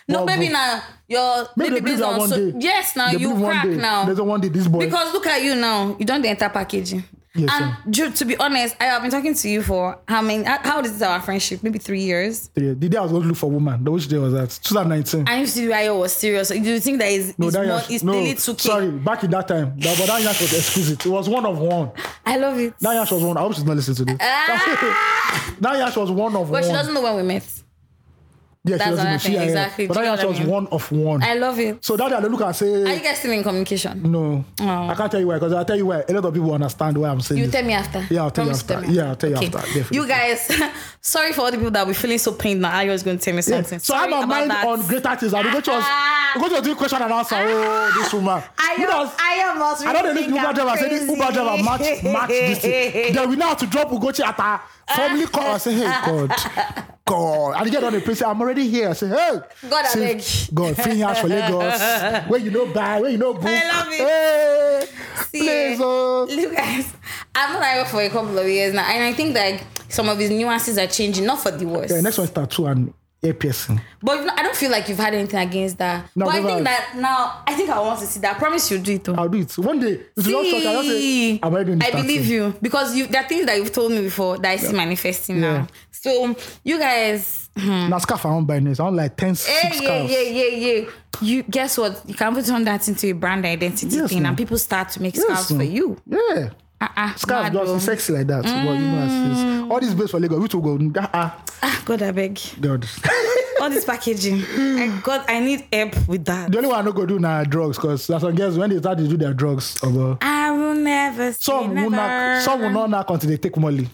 B: No,
A: Well,
B: maybe
A: but-
B: now your
A: Maybe
B: maybe
A: they believe
B: based
A: that
B: on
A: one
B: so,
A: day.
B: yes now
A: They
B: you
A: believe one
B: crack
A: day.
B: now
A: There's a one day this boy.
B: because look at you now you don't dey enter packaging.
A: Yes, sir.
B: and Ju- to be honest, I have been talking to you for how many? How how old is our friendship? Maybe three years.
A: the, the day I was going to look for a woman, the which day was that? 2019.
B: I used to why I was serious. Do you think that is
A: No,
B: is
A: that
B: more
A: year-
B: is
A: no,
B: really too cake?
A: sorry, back in that time, that, but that yash was exquisite. It was one of one.
B: I love it.
A: That yash was one. I hope she's not listening to this. that yash was one of one.
B: Ah! but she doesn't know when we met.
A: yeah,
B: that's
A: she doesn't know.
B: another
A: She,
B: thing,
A: yeah, yeah.
B: exactly.
A: But
B: Do
A: that
B: you know
A: yash
B: what I
A: was
B: mean?
A: one of one.
B: I love it.
A: so that day I dey look and say,
B: Are you guys still in communication?
A: no, I can't tell you why because I tell you why a lot of people understand why I'm saying
B: Oh. You
A: this.
B: tell me after.
A: Yeah, I'll tell you
B: Promise to
A: after.
B: me
A: Yeah, I'll tell you after, definitely.
B: You guys, sorry for all the people that will be feeling so pained now. I was going to tell me
A: Yeah.
B: something.
A: So
B: sorry
A: I have
B: about
A: my mind
B: that.
A: on greater things. I'll go to us.
B: Ah.
A: Go to do question and answer. Oh, this woman.
B: I am,
A: Because
B: I am also.
A: I don't think Uber driver say this Uber driver match match this thing. Then we now have to drop Ugochi at our family call. I say, hey God, God, and you get on the place. say, I'm already here. I say, hey
B: God, I
A: say,
B: beg.
A: God, free hands for Lagos. where you know buy, where you know book.
B: I love it.
A: Hey,
B: eh.
A: please, oh.
B: Look, guys, I've known Ayo for a couple of years now, and I think like some of his nuances are changing, not for the worse.
A: The next one is tattoo and ear piercing.
B: But you've not- I don't feel like you've had anything against that.
A: No,
B: but I
A: never.
B: think that now, I think I want to see that. I promise you'll do it. Though.
A: I'll do it one day. It's not such. I just say,
B: See,
A: I'm already doing this
B: I believe
A: tattoo.
B: you because you there are things that you've told me before that I see manifesting
A: Yeah.
B: now. So you guys,
A: Now scarf I won't buy next. I want like ten
B: Mm-hmm. yeah,
A: six
B: yeah,
A: scarves.
B: yeah, yeah, yeah. You guess what? You can put on that into a brand identity
A: Yes,
B: thing,
A: ma'am.
B: and people start to make
A: Yes,
B: scarves for
A: ma'am.
B: you.
A: Yeah.
B: Uh-uh,
A: Scarf
B: mad
A: just
B: oh.
A: is sexy like that. But you know, as
B: Mm.
A: is. all these based for Lagos, we to go. Ah, ah
B: Ah, God, I beg.
A: God.
B: All this packaging. I, God, I need help with that.
A: the only one I no go do now drugs, cause that's some girls when they start to do their drugs, obo.
B: I will never say
A: Some
B: never.
A: will knock, some will not knock until they take Molly.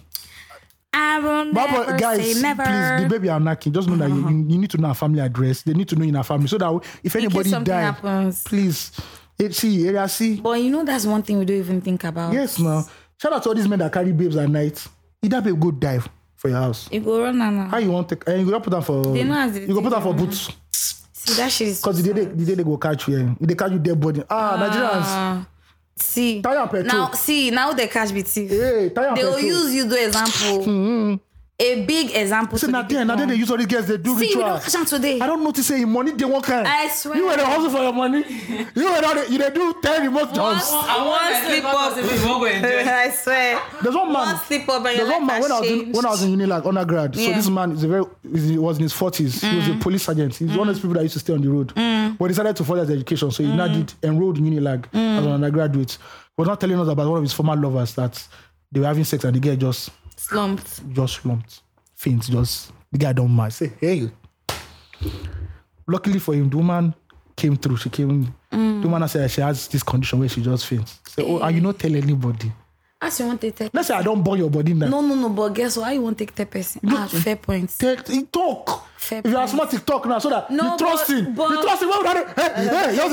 B: I will
A: But
B: never
A: but guys,
B: say never. Uh-huh.
A: please, the baby are knocking. Just know that you, you need to know her family address. They need to know in her family so that if
B: case
A: anybody
B: something
A: die,
B: happens.
A: please, it see area C.
B: But you know that's one thing we don't even think about.
A: Yes, now shout out to all these men that carry babes at night. Either babe go dive for your house.
B: You go run and
A: How you want to? And you go put them for.
B: They know as they
A: you go put
B: take
A: them for
B: them.
A: boots.
B: see that shit is
A: Because the day they, the day they go catch you, eh, they catch you dead body. Ah, Nigerians.
B: see
A: Tire and petrol.
B: now see now they catch with thief.
A: Hey, tire and
B: they will
A: petrol. Mm-hmm.
B: use you do example. A big example.
A: See,
B: to
A: now
B: the
A: then, now
B: people.
A: then they use all these girls, they do
B: See, we
A: ritual.
B: don't catch them today.
A: I don't notice any money they want kind.
B: I swear.
A: You were the hustle for your money. you were not, you they do 10 remote jobs.
E: I want
B: One
E: to sleep
B: slip
E: off.
B: up.
E: We won't go enjoy.
B: I swear.
A: There's one man.
B: One slip up and
A: There's
B: your
A: one man
B: life
A: when I
B: has
A: was in,
B: changed.
A: when I was in uni like undergrad. So
B: Yeah. Mm.
A: this man is a very he was in his forties. He was a police sergeant. He's one of those people that used to stay on the road. But he decided to follow his education, so he
B: Mm.
A: now did enrolled in Unilag as an undergraduate. He was not telling us about one of his former lovers that they were having sex and the girl just
B: slumped.
A: just slumped, faint. Just the guy don't mind. Say hey. Luckily for him, the woman came through.
B: Mm.
A: She came. The woman said she has this condition where she just faints. Say oh, and you not tell anybody.
B: As you want to take.
A: Let's say I don't burn your body now.
B: No, no, no. But guess what? Why you want to take ten percent?
A: No.
B: Ah, fair point.
A: Take, he talk.
B: Fair
A: if you are
B: point.
A: smart, he talk now so that
B: No,
A: you trust
B: but-
A: him.
B: but-
A: you trust him. Why would I? do- Hey, hey, you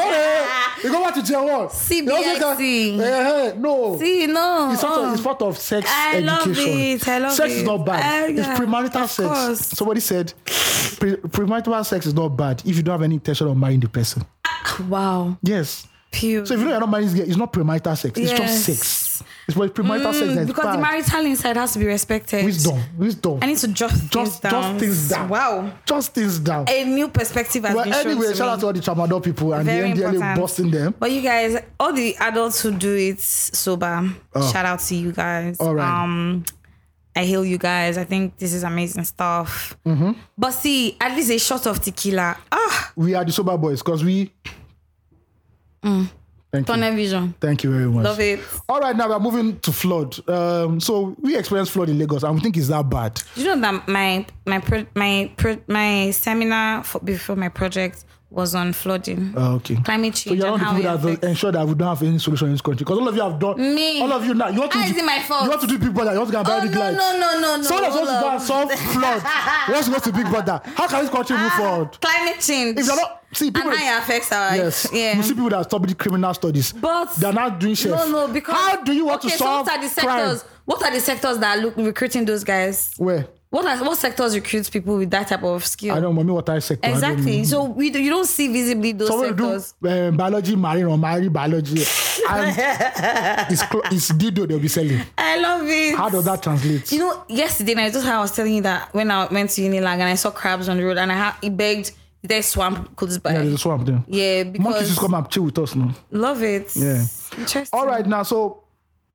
A: say- you know, hey, you go back to Gen 1.
B: CBSE.
A: Hey, hey, no.
B: See, no.
A: It's part,
B: oh.
A: of, it's part of sex
B: I love
A: education.
B: it, I love
A: sex is
B: it.
A: not bad.
B: I-
A: it's
B: yeah,
A: premarital
B: of
A: sex.
B: course.
A: Somebody said pre- premarital sex is not bad if you don't have any intention of marrying the person.
B: Wow.
A: Yes.
B: Pure.
A: So if you know you're not marrying, this girl, it's not premarital sex. It's just
B: Yes.
A: sex. It's what premarital sex that
B: Mm,
A: is
B: because the
A: bad.
B: marital inside has to be respected.
A: wisdom, wisdom.
B: I need to just
A: just,
B: things down.
A: just things down.
B: Wow.
A: Just things down.
B: A new perspective has
A: Well,
B: been shown
A: anyway,
B: to
A: shout
B: me.
A: out to all the tramadol people and
B: Very
A: the NDLA
B: important.
A: busting them.
B: But you guys, all the adults who do it sober, shout out to you guys.
A: Oh. All right.
B: Um, I hail you guys. I think this is amazing stuff.
A: Mm-hmm.
B: But see, at least a shot of tequila. Ah,
A: We are the sober boys because we. Thank you.
B: tunnel vision.
A: Thank you very much.
B: Mm. Love it.
A: All right, now we're moving to flood. Um, so we experienced flood in Lagos, and we think it's that bad.
B: You know that my my pro, my pro, my seminar for, before my project was on flooding,
A: Uh, okay.
B: climate
A: So
B: change,
A: you're
B: and
A: not the people
B: how it
A: that will
B: affects.
A: ensure that we don't have any solution in this country. Because all of you have done.
B: Me.
A: All of you now. You want to
B: Ah,
A: do,
B: is it my fault?
A: You want to do Big Brother. You want to go and buy
B: Oh,
A: the
B: no,
A: lights.
B: no, no, no, no,
A: Someone else wants to go
B: hold
A: and solve flood. You want to go to Big Brother. How can this country move forward?
B: Climate change.
A: If you're not. See, people.
B: Ah. and how it affects our
A: Yes.
B: yeah.
A: You see people that study criminal studies.
B: But
A: they're not doing chef.
B: No, no, because
A: how do you want
B: okay,
A: to solve
B: so what are the
A: crime?
B: sectors? What are the sectors that are look, recruiting those guys?
A: Where
B: What are what sectors recruits people with that type of skill?
A: I don't mommy what I sector. I don't
B: exactly.
A: know.
B: So we do, you don't see visibly those
A: Someone do
B: sectors.
A: um, biology, marine or marine biology. And it's clo- it's Dido they'll be selling.
B: I love it.
A: How does that translate?
B: You know, yesterday night, just how I was telling you that when I went to Unilag and I saw crabs on the road and I ha- it begged their swamp close by.
A: yeah,
B: Yeah,
A: there's a swamp there. Monkeys just
B: because
A: come and chill with us now.
B: love it.
A: Yeah.
B: Interesting.
A: All right, now so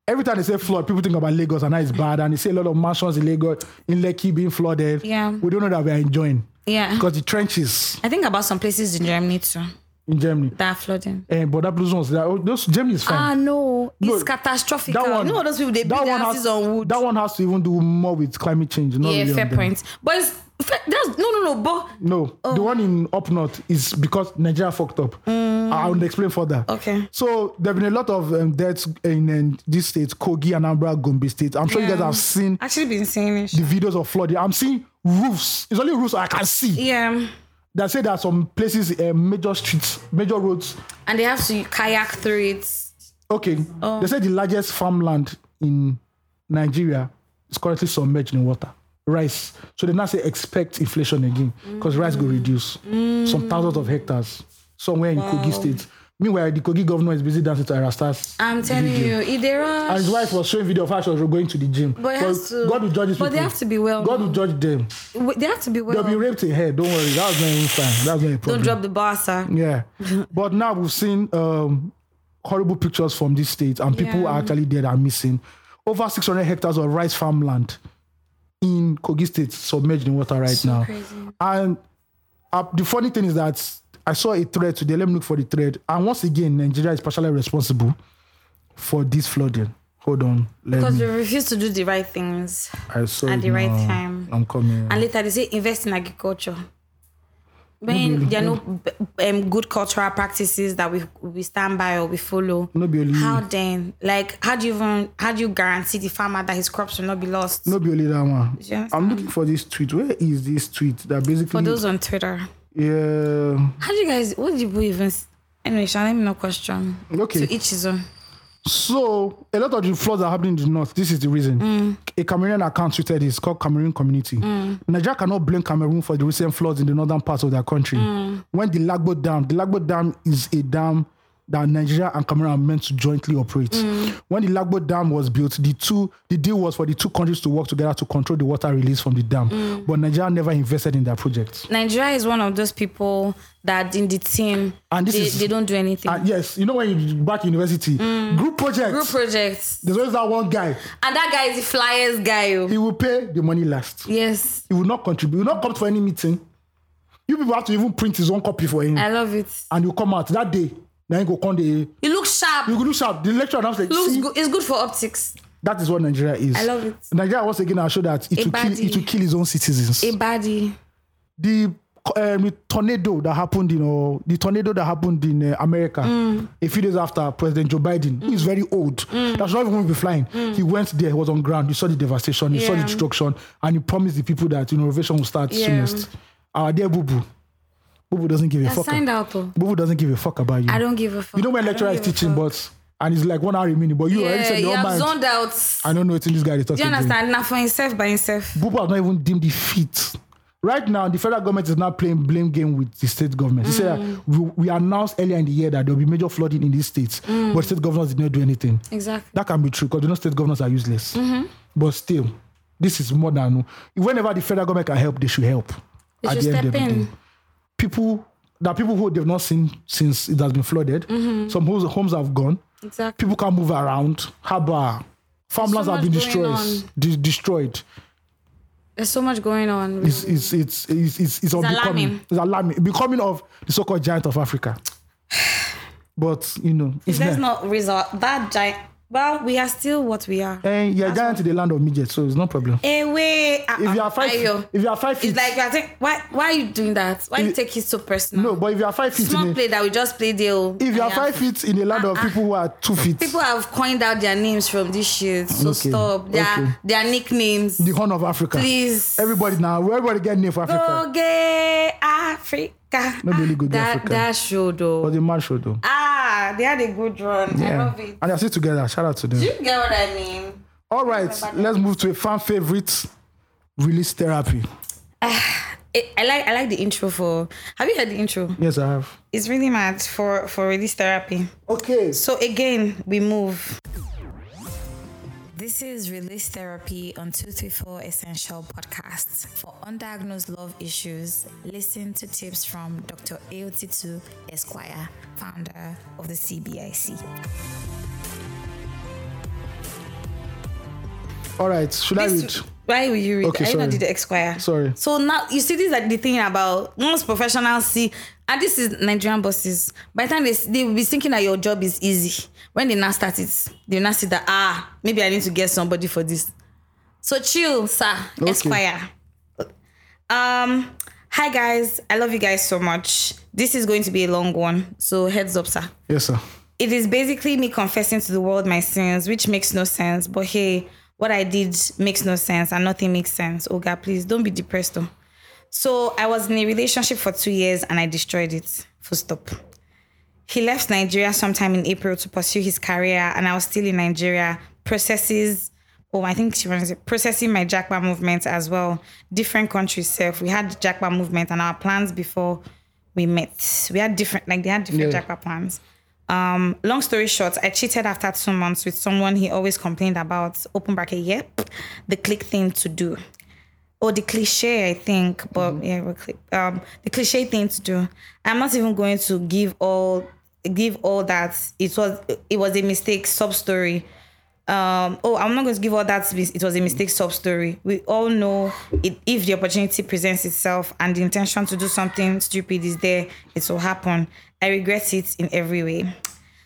A: every time they say flood, people think about Lagos and how it's bad, and they say a lot of mansions in Lagos in Lekki being flooded.
B: Yeah.
A: we don't know that we are enjoying
B: Yeah.
A: because the trenches
B: I think about some places in Germany too
A: in Germany.
B: that are flooding.
A: Eh, but that blue zones, that, oh, those Germany is fine.
B: Ah no, it's
A: No,
B: catastrophic.
A: that one,
B: you know those people they
A: that
B: build
A: one
B: their
A: has-
B: houses on wood.
A: That one has to even do more with climate change. Not
B: yeah,
A: really
B: fair
A: on them.
B: point. Oh. But it's fair, that's no, no, no. But
A: No, the one in up north is because Nigeria fucked up. I will explain further.
B: Mm. Okay.
A: So there have been a lot of um, deaths in, in these states, Kogi, Anambra, Gombe state. I'm sure you guys
B: Yeah.
A: have seen
B: actually, been saying it.
A: the videos of flooding. I'm seeing roofs. It's only roofs I can see.
B: Yeah,
A: That say there are some places, uh, major streets, major roads.
B: and they have to kayak through it.
A: Okay.
B: Oh.
A: They say the largest farmland in Nigeria is currently submerged in water. Rice. So they now say expect inflation again because rice
B: Mm.
A: will reduce some thousands of hectares somewhere in Kogi State. Meanwhile, the Kogi governor is busy dancing to Arastas.
B: I'm telling you, Idera.
A: and his wife was showing video of her she was going to the gym.
B: But it has to-
A: God will judge these
B: but they
A: people.
B: have to be well
A: God will judge them.
B: They have to be well.
A: They'll be raped in hair. Don't worry. That's not even fine. That's not a problem.
B: Don't drop the bar, sir.
A: Yeah. but now we've seen um, horrible pictures from these states, and people
B: Yeah.
A: are actually dead and missing. Over 600 hectares of rice farmland in Kogi State submerged in water right now.
B: crazy.
A: And uh, the funny thing is that I saw a thread today. Let me look for the thread. And once again, Nigeria is partially responsible for this flooding. Hold on. Let
B: Because
A: me.
B: we refuse to do the right things.
A: I saw
B: at
A: it
B: the right
A: now.
B: time.
A: I'm coming.
B: And later they say invest in agriculture. When there are no b- um, good cultural practices that we we stand by or we follow,
A: No be only
B: how
A: you.
B: then? Like, how do you even how do you guarantee the farmer that his crops will not be lost?
A: No be only that one.
B: Yes.
A: I'm looking for this tweet. Where is this tweet? That basically.
B: um, For those on Twitter,
A: yeah.
B: how do you guys? What do you even? s- Anyway, shall let me not question.
A: Okay.
B: To each his own.
A: So a lot of the floods are happening in the north. This is the reason.
B: Mm.
A: A Cameroonian account tweeted this called Cameroon Community. Nigeria cannot blame Cameroon for the recent floods in the northern part of their country.
B: Mm.
A: When the Lagbo Dam, the Lagbo Dam is a dam that Nigeria and Cameroon are meant to jointly operate.
B: Mm.
A: When the Lagbo Dam was built, the two the deal was for the two countries to work together to control the water release from the dam.
B: Mm.
A: But Nigeria never invested in that project.
B: Nigeria is one of those people that in the team
A: And this
B: they,
A: is-
B: they don't do anything.
A: And Ah, yes, you know when you back in university, group projects.
B: Mm. Group projects,
A: there's always that one guy.
B: and that guy is the flyers guy. oh.
A: He will pay the money last.
B: Yes,
A: he will not contribute. He will not come for any meeting. You people have to even print his own copy for him,
B: I love it.
A: and you come out that day. Then you go come the you
B: It looks sharp.
A: go look sharp. The lecturer now say,
B: looks
A: "See,
B: good. It's good for optics.
A: that is what Nigeria is.
B: I love it.
A: Nigeria once again has shown that it will kill
B: Ibadi.
A: it will kill his own citizens.
B: A baddie.
A: the um, the tornado that happened in or the tornado that happened in uh, America
F: Mm.
A: a few days after President Joe Biden, who is very old, that should not even be flying.
F: Mm.
A: He went there, he was on ground, he saw the devastation, he saw the
B: Yeah.
A: destruction, and he promised the people that you know renovation will start
B: Yeah.
A: soonest. Our dear Boo Boo, Boo Boo doesn't give a
F: I
A: fuck.
F: signed out
B: oh.
F: though.
A: Boo Boo doesn't give a fuck about you.
F: I don't give a fuck.
A: You know when
F: I don't
A: lecturer is
F: give a
A: teaching,
F: fuck.
A: but and it's like one hour remaining, but you already
F: yeah,
A: said you
F: you have
A: don't mind.
F: zoned out.
A: I don't know what in this guy is
F: Do you
A: talking. to.
F: understand?
B: And now for himself by himself.
A: Bubu has not even deemed it fit. Right now, the federal government is now playing blame game with the state government. They say
F: Mm.
A: that we, we announced earlier in the year that there will be major flooding in these states,
F: Mm.
A: but state governors did not do anything.
F: Exactly.
A: That can be true because you know state governors are useless.
F: Mm-hmm.
A: But still, this is more than whenever the federal government can help, they should help.
F: They should step in.
A: people there are people who they've not seen since it has been flooded.
F: Mm-hmm.
A: Some homes, homes have gone.
F: Exactly.
A: People can't move around. Harbor, farmlands
F: So
A: have been
F: much going
A: destroyed.
F: on.
A: de- destroyed
F: There's so much going on. really.
A: it's it's it's it's it's, it's,
B: alarming.
A: becoming it's alarming becoming of the so-called giant of Africa. But you know, it's
B: Let's
A: there.
B: not resort that giant. Well, we are still what we are. Eh,
A: Eh, you're giant in the land of midgets, so it's no problem.
B: Away.
A: If you are five,
F: Ayo.
A: if you are five feet,
B: Ah, It's like you are saying,
F: Why why are you doing that? Why you take it so personal?
A: no. But if you are five feet, in
F: Small
A: a,
F: play that we just play there. oh.
A: if you are
F: Yeah.
A: five feet in the land of people who are two feet,
F: People have coined out their names from this shit. So
A: Okay,
F: stop. Their
A: okay.
F: their nicknames.
A: the horn of Africa.
F: Please.
A: Everybody now, everybody get name for Africa.
F: Go gay Africa.
A: Not really good
F: That
A: Africa.
F: that show though.
A: but the man show though.
B: ah, they had a good run. I love it.
A: And they're still together. Shout out to them.
F: You get what I mean?
A: All right, let's move to a fan favorite release therapy.
B: I- Eh, I like I like the intro for. Have you heard the intro?
A: Yes, I have.
B: It's really mad for for release therapy.
A: Okay.
B: So again, we move.
G: This is Release Therapy on 234 Essential Podcast. For undiagnosed love issues, listen to tips from Dr. AOT2 Esquire, founder of the CBIC.
A: All right. Should I read?
B: This- Why will you read?
A: Okay,
B: I did not
A: sorry.
B: do the Esquire.
A: Sorry.
B: So now you see, this is like the thing about most professionals see, and this is Nigerian bosses. By the time they s- they will be thinking that your job is easy. When they now start it, they now see that ah maybe I need to get somebody for this. So chill, sir.
A: Okay.
B: Esquire. Um, hi guys, I love you guys so much. This is going to be a long one, so heads up, sir.
A: Yes, sir.
B: it is basically me confessing to the world my sins, which makes no sense. But hey, what I did makes no sense and nothing makes sense. Oh God, please don't be depressed though. So I was in a relationship for two years and I destroyed it. Full stop. He left Nigeria sometime in April to pursue his career, and I was still in Nigeria. Processes, oh, I think she was processing my Jackpa movement as well. Different countries, self. We had the Jackpa movement and our plans before we met. We had different, like they had different
A: Yeah.
B: Jackpa plans. Um, long story short, I cheated after two months with someone he always complained about. Open bracket, yep, the click thing to do or the cliche, I think, but yeah, we're cli- um, the cliche thing to do. I'm not even going to give all give all that it was it was a mistake sub story. Um, oh, I'm not going to give all that mis- it was a mistake sub story. We all know it, if the opportunity presents itself and the intention to do something stupid is there, it will happen. I regret it in every way.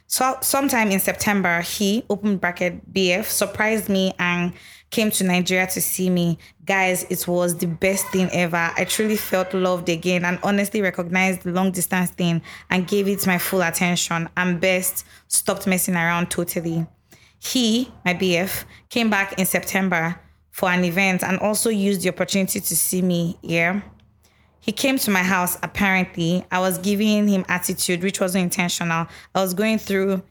B: So sometime in September, he open bracket BF surprised me and came to Nigeria to see me. Guys, it was the best thing ever. I truly felt loved again and honestly recognized the long distance thing and gave it my full attention and best stopped messing around totally. He, my BF, came back in September for an event and also used the opportunity to see me. Yeah. He came to my house, apparently. I was giving him attitude, which wasn't intentional. I was going through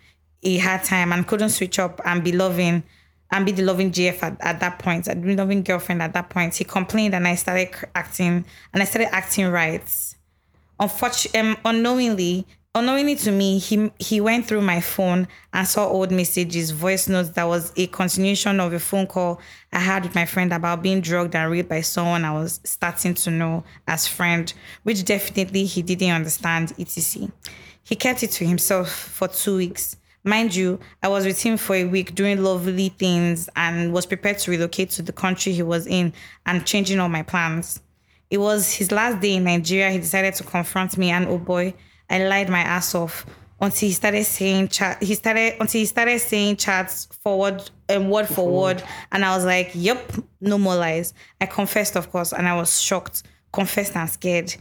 B: a hard time and couldn't switch up and be loving and be the loving GF at, at that point, I'd be loving girlfriend at that point. He complained and I started cr- acting and I started acting right unfortunately, um, unknowingly, unknowingly to me, he he went through my phone and saw old messages, voice notes that was a continuation of a phone call I had with my friend about being drugged and raped by someone I was starting to know as friend, which definitely he didn't understand. Etc. He kept it to himself for two weeks. Mind you, I was with him for a week doing lovely things and was prepared to relocate to the country he was in and changing all my plans. It was his last day in Nigeria. He decided to confront me, and oh boy, I lied my ass off until he started saying chat. He started until he started saying chats forward and word for word, and I was like, "Yep, no more lies." I confessed, of course, and I was shocked, confessed and scared.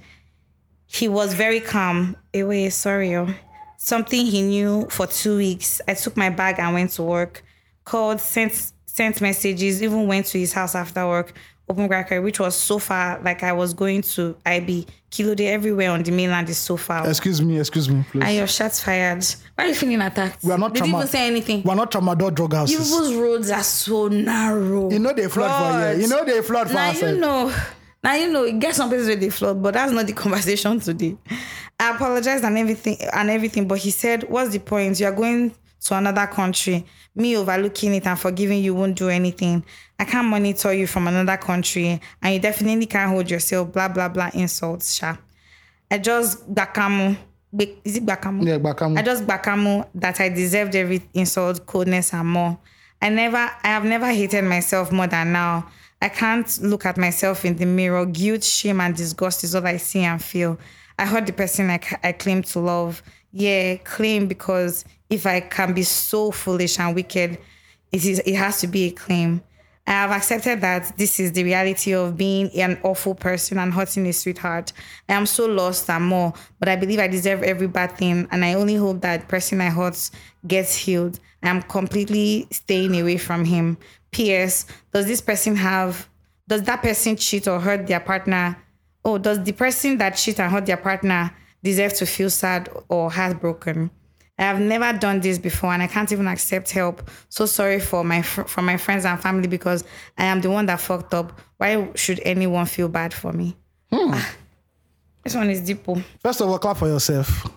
B: He was very calm. Away, sorry. oh. Something he knew for two weeks. I took my bag and went to work. Called, sent sent messages, even went to his house after work. Open bracket, which was so far, like I was going to IB. Kilo day everywhere on the mainland is so far.
A: Excuse me, excuse me, please.
B: And your shots fired. Why are you feeling attacked?
A: we are not
F: Did you
A: trauma-
F: even say anything?
A: We are not tramadol drug houses.
B: People's roads are so narrow.
A: you know they flood for
B: God.
A: here. You know they flood for
B: now
A: outside.
B: you know now you know it gets some places where they flood but that's not the conversation today i apologized and everything and everything but he said what's the point you are going to another country me overlooking it and forgiving you won't do anything i can't monitor you from another country and you definitely can't hold yourself blah blah blah insults sha i just bakamu is it bakamu
A: Yeah, Bakamu.
B: i just bakamu that i deserved every insult coldness and more i never i have never hated myself more than now i can't look at myself in the mirror guilt shame and disgust is all i see and feel i hurt the person i, c- I claim to love yeah claim because if i can be so foolish and wicked it is it has to be a claim I have accepted that this is the reality of being an awful person and hurting a sweetheart. I am so lost and more, but I believe I deserve every bad thing, and I only hope that the person I hurt gets healed. I am completely staying away from him. P.S. Does this person have? Does that person cheat or hurt their partner? Oh, does the person that cheat and hurt their partner deserve to feel sad or heartbroken? I have never done this before, and I can't even accept help. So sorry for my fr- for my friends and family because I am the one that fucked up. Why should anyone feel bad for me?
A: Hmm.
B: Ah, This one is deep. oh.
A: First of all, clap for yourself.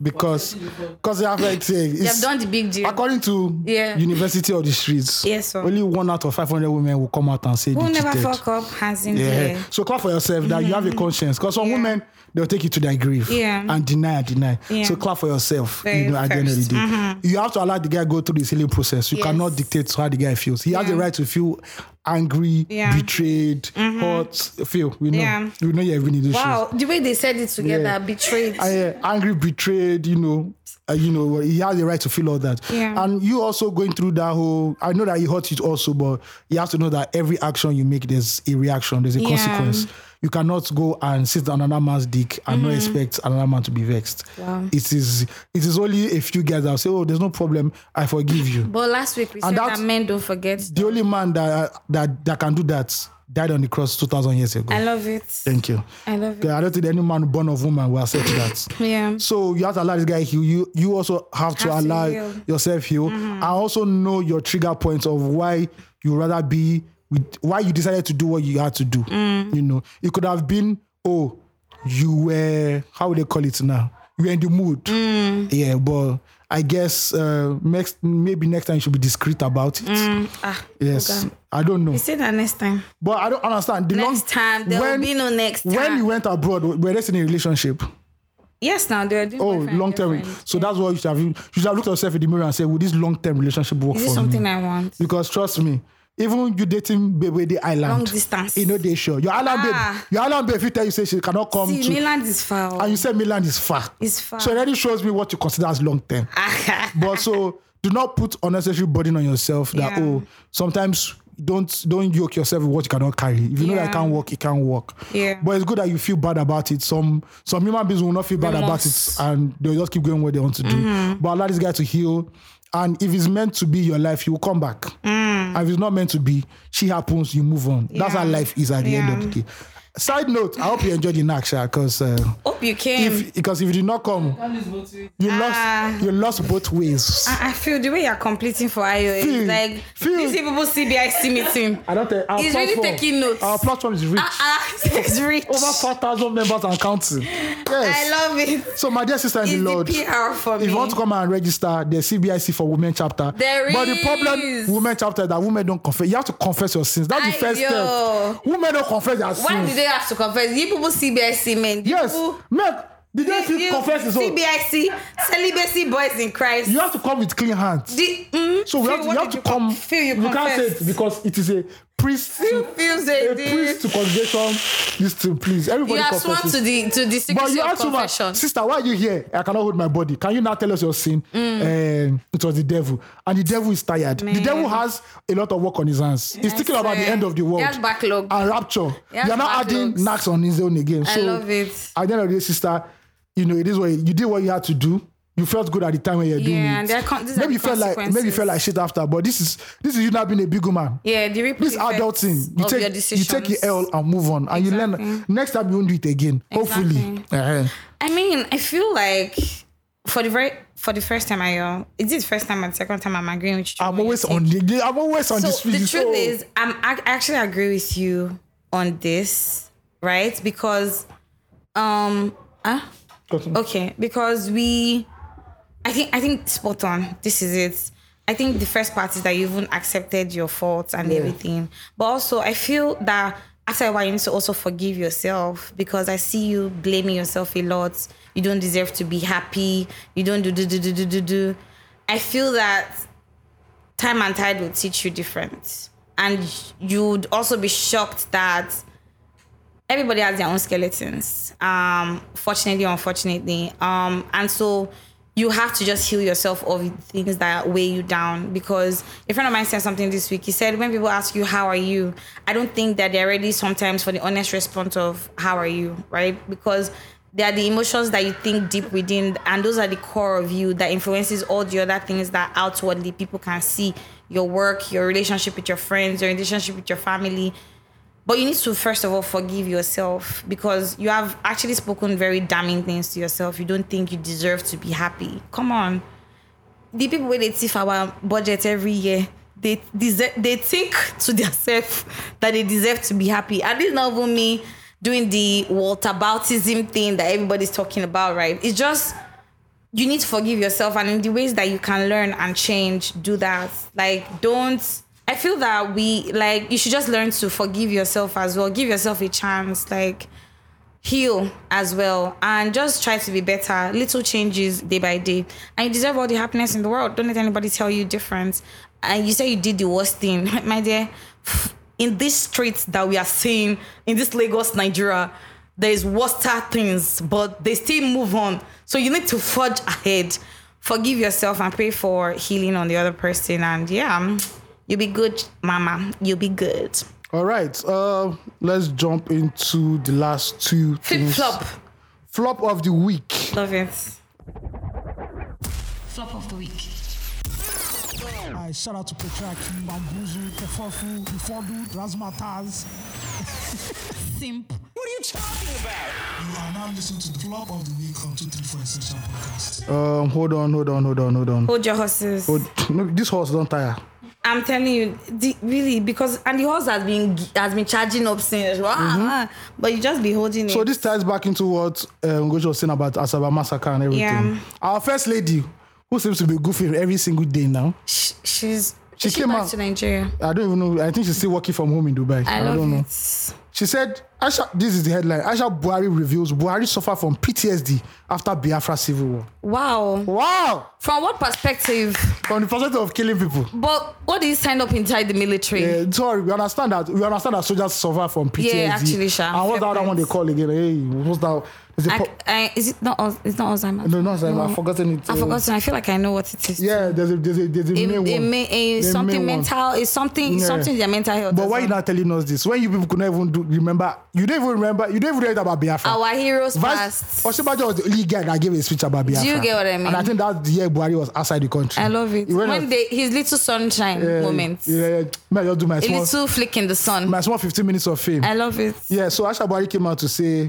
A: Because because you have like say
F: You have done the big deal.
A: according to
F: Yeah.
A: University of the Streets,
B: Yes, sir.
A: only one out of five hundred women will come out and say
B: Who
A: they
B: never
A: cheated.
B: fuck up has in
A: Yeah.
B: here. Mm-hmm.
A: So clap for yourself that you have a conscience. Because some
B: Yeah.
A: women they'll take you to their grave
B: Yeah.
A: and deny and deny.
B: Yeah.
A: So clap for yourself.
B: Very
A: you know, at the end of the
B: first. Mm-hmm.
A: day, you have to allow the guy go through this healing process. You
B: Yes.
A: cannot dictate how the guy feels. He has the right to feel angry,
B: Yeah. Mm-hmm.
A: betrayed, hurt. Feel we know.
B: Yeah.
A: We know you're having these issues.
B: Wow, the way they said it together,
A: Yeah.
B: betrayed.
A: I, uh, angry, betrayed, you know, uh, you know, he has the right to feel all that.
B: Yeah.
A: And you also going through that whole, I know that he hurt it also, but you have to know that every action you make, there's a reaction, there's a
B: Yeah.
A: consequence. You cannot go and sit on another man's dick and not expect another man to be vexed.
B: Mm. Wow.
A: It is it is only a few guys that will say, oh, there's no problem, I forgive you.
B: but last week we
A: And
B: said
A: that-
B: that men don't forget.
A: the only man that, that, that can do that died on the cross 2,000 years ago.
B: I love it.
A: Thank you.
B: I love it.
A: I don't think any man born of woman will accept that.
B: Yeah.
A: So you have to allow this guy heal. You you also have to
B: Have to
A: allow
B: heal.
A: yourself heal.
F: Mm-hmm.
A: And also know your trigger points of why you rather be with why you decided to do what you had to do.
F: Mm.
A: You know, it could have been oh you were how would they call it now? You were in the mood.
F: Mm.
A: Yeah, but I guess uh, next maybe next time you should be discreet about it.
F: Mm.
B: Ah,
A: Yes, I don't know,
B: we say that next time.
A: but I don't understand. The long,
F: Next time, there will
A: when-
F: be no next time.
A: when you went abroad, were they still in a relationship?
B: Yes, now they're doing.
A: Oh,
B: boyfriend,
A: long term.
B: girlfriend.
A: So that's what you should have you should have looked at yourself in the mirror and said, Will this long term relationship work
B: Is
A: for
B: this something
A: me?
B: I want?
A: because trust me, even you dating baby the island.
B: Long distance.
A: You know they sure. Your island
B: Ah.
A: babe, your island babe if you tell you say she cannot come
B: See,
A: to
B: Milan is foul.
A: and you say Milan is far.
B: It's far.
A: So it already shows me what you consider as long term. but so do not put unnecessary burden on yourself that
B: Yeah.
A: oh sometimes don't don't yoke yourself with what you cannot carry. If you know that it
B: Yeah.
A: can't work, it can't work.
B: Yeah.
A: But it's good that you feel bad about it. Some some human beings will not feel bad
B: Remorse.
A: about it and they'll just keep going what they want to do.
B: Mm-hmm.
A: But allow this guy to heal. And if it's meant to be your life, he will come back. And if it's not meant to be, she happens, you move on. That's how
B: Mm. Yeah.
A: life is at the end of the day. Side note, I hope you enjoyed the Naksha because uh,
B: Hope you came.
A: if because if you did not come,
E: Can't lose both ways.
A: you
B: Ah.
A: lost you lost both ways.
B: I I feel the way you're completing for IO
A: Feel,
B: is like
A: feel.
B: this people CBIC meeting.
A: I don't think our
B: He's really
A: platform-
B: taking notes.
A: Our platform is rich.
B: Ah, it's rich.
A: Over four thousand members and counting. Yes.
B: I love it.
A: so my dear sister in
B: It's
A: the
B: the
A: Lord,
B: PR for
A: if
B: me.
A: you want to come and register, there's CBIC for women chapter.
B: There
A: but the
B: is.
A: problem, women chapter, is that women don't confess. You have to confess your sins. That's the
B: Ayo.
A: first step. Women don't confess their
B: Why do
A: sins.
B: they have to confess? You people CBIC men. you
A: yes,
B: people-
A: men, did they feel
B: you-
A: confess his own?
B: CBIC, celibacy boys in Christ.
A: You have to come with clean hands.
B: The- mm,
A: So we
B: Phil,
A: have to,
B: what
A: you have
B: did
A: to
B: con-
A: come.
B: Phil, you
A: can't say
B: confess.
A: it because it is a priest to,
F: feels they
A: a priest to congregation. This to please everybody.
F: You have
A: confesses.
F: sworn to the to the
A: But
F: secrecy
A: you
F: of
A: asked woman,
F: confession.
A: sister, why are you here? I cannot hold my body. Can you now tell us your sin?
F: Mm.
A: And it was the devil. And the devil is tired. The devil has a lot of work on his hands. He's thinking about the
F: swear.
A: end of the world.
F: He has backlog.
A: And rapture.
F: has
A: You're not adding
F: backlogs.
A: knacks on his own again.
F: I
A: so
F: love it.
A: At the end of the day, sister, you know, it is what you did what you had to do. You felt good at the time when you're doing
F: Yeah,
A: it.
F: and there are con- these are
A: maybe
F: the
A: you felt like maybe you felt like shit after, but this is this is you not being a big woman.
F: Yeah, the ripple
A: This adult thing,
F: effects
A: you
F: of your
A: take you
F: decisions.
A: take your L and move on, and you learn. Next time you won't do it again. Hopefully, Uh-huh.
B: I mean, I feel like for the very for the first time I uh, is it first time and second time I'm agreeing with you.
A: I'm always on the. I'm always on
B: so
A: this.
B: the
A: field,
B: truth
A: so-
B: is I'm I actually agree with you on this, right? Because um ah
A: Continue.
B: okay, because we I think I think spot on. This is it. I think the first part is that you even accepted your faults and everything. But also I feel that after a while you need to also forgive yourself because I see you blaming yourself a lot. You don't deserve to be happy. You don't do do do do do do do. I feel that time and tide will teach you different. And you'd also be shocked that everybody has their own skeletons. Um, fortunately, unfortunately. Um, and so you have to just heal yourself of things that weigh you down. Because a friend of mine said something this week. He said, when people ask you how are you, I don't think that they're ready sometimes for the honest response of how are you, right? Because they are the emotions that you think deep within, and those are the core of you that influences all the other things that outwardly people can see. Your work, your relationship with your friends, your relationship with your family, but you need to first of all forgive yourself because you have actually spoken very damning things to yourself. You don't think you deserve to be happy. Come on. The people where they thief our budget every year, they deserve, they think to themselves that they deserve to be happy. And this is not even me doing the Walter Bautism thing that everybody's talking about, right? It's just you need to forgive yourself and in the ways that you can learn and change do that like don't i feel that we like you should just learn to forgive yourself as well give yourself a chance like heal as well and just try to be better little changes day by day and you deserve all the happiness in the world don't let anybody tell you different and you say you did the worst thing my dear in these streets that we are seeing in this lagos nigeria there's worster things but they still move on so you need to forge ahead forgive yourself and pray for healing on the other person and yeah you'll be good mama you'll be good
A: All right. Uh, let's jump into the last two
B: flip
A: things.
B: flop
A: Flop of the week.
B: love it
D: Flop of the week.
H: I shout out to Petrach, Bambuzu, Kefofu, Ifodu, Razmataz.
D: Simp.
H: You are now listening to the flop of the week on 234 Essential Podcast.
A: Um, hold on, hold on, hold on, hold on.
B: hold your horses
A: No, this horse don't tire.
B: I'm telling you, the, really, because and the horse has been has been charging up since, wow, ah, but you just be holding
A: Mm-hmm. So
B: it.
A: this ties back into what um, Ngozi was saying about Asaba massacre and everything.
B: Yeah.
A: Our first lady, who seems to be goofing every single day now.
B: Sh- she's
A: She
B: she, came
A: came
B: back
A: out-
B: to Nigeria.
A: I don't even know. I think she's still working from home in Dubai.
B: I love
A: don't know.
B: it.
A: She said, Asha, this is the headline. Asha Buhari reveals Buhari suffered from PTSD after Biafra civil war.
B: Wow. Mm.
A: Wow!
B: From what perspective?
A: From the perspective of killing people.
B: But what is signed up inside the military?
A: Yeah, sorry, we understand that we understand that soldiers suffer from PTSD.
B: actually, sha,
A: And what's
B: fair
A: that other one
B: point.
A: they call again? Hey, what's that? Is it
B: I,
A: po-
B: I, is it not? Al- It's not Alzheimer's.
A: no, no, I've forgotten it.
B: I
A: uh,
B: forgotten. I feel like I know what it is.
A: Yeah, there's a there's a there's a
B: It,
A: main
B: it
A: one.
B: may, eh,
A: The
B: something
A: main one.
B: mental. It's something. it's
A: Yeah.
B: Something their mental health.
A: But
B: as
A: why you
B: well.
A: not telling us this? When you people could not even do, remember, you don't even remember, you don't even read about Biafra.
B: Our heroes
A: Vice
B: passed.
A: Osinbajo was the only guy that gave a speech about Biafra.
B: you get what I mean?
A: And I think that's the year Buhari was outside the country.
B: I love it.
A: He went
B: When
A: on-
B: they his little sunshine
A: yeah,
B: moments,
A: Yeah, yeah. May I eh, just do my
B: a
A: small,
B: little flick in the sun.
A: my small 15 minutes of fame.
B: I love it.
A: Yeah, so Asha Buhari came out to say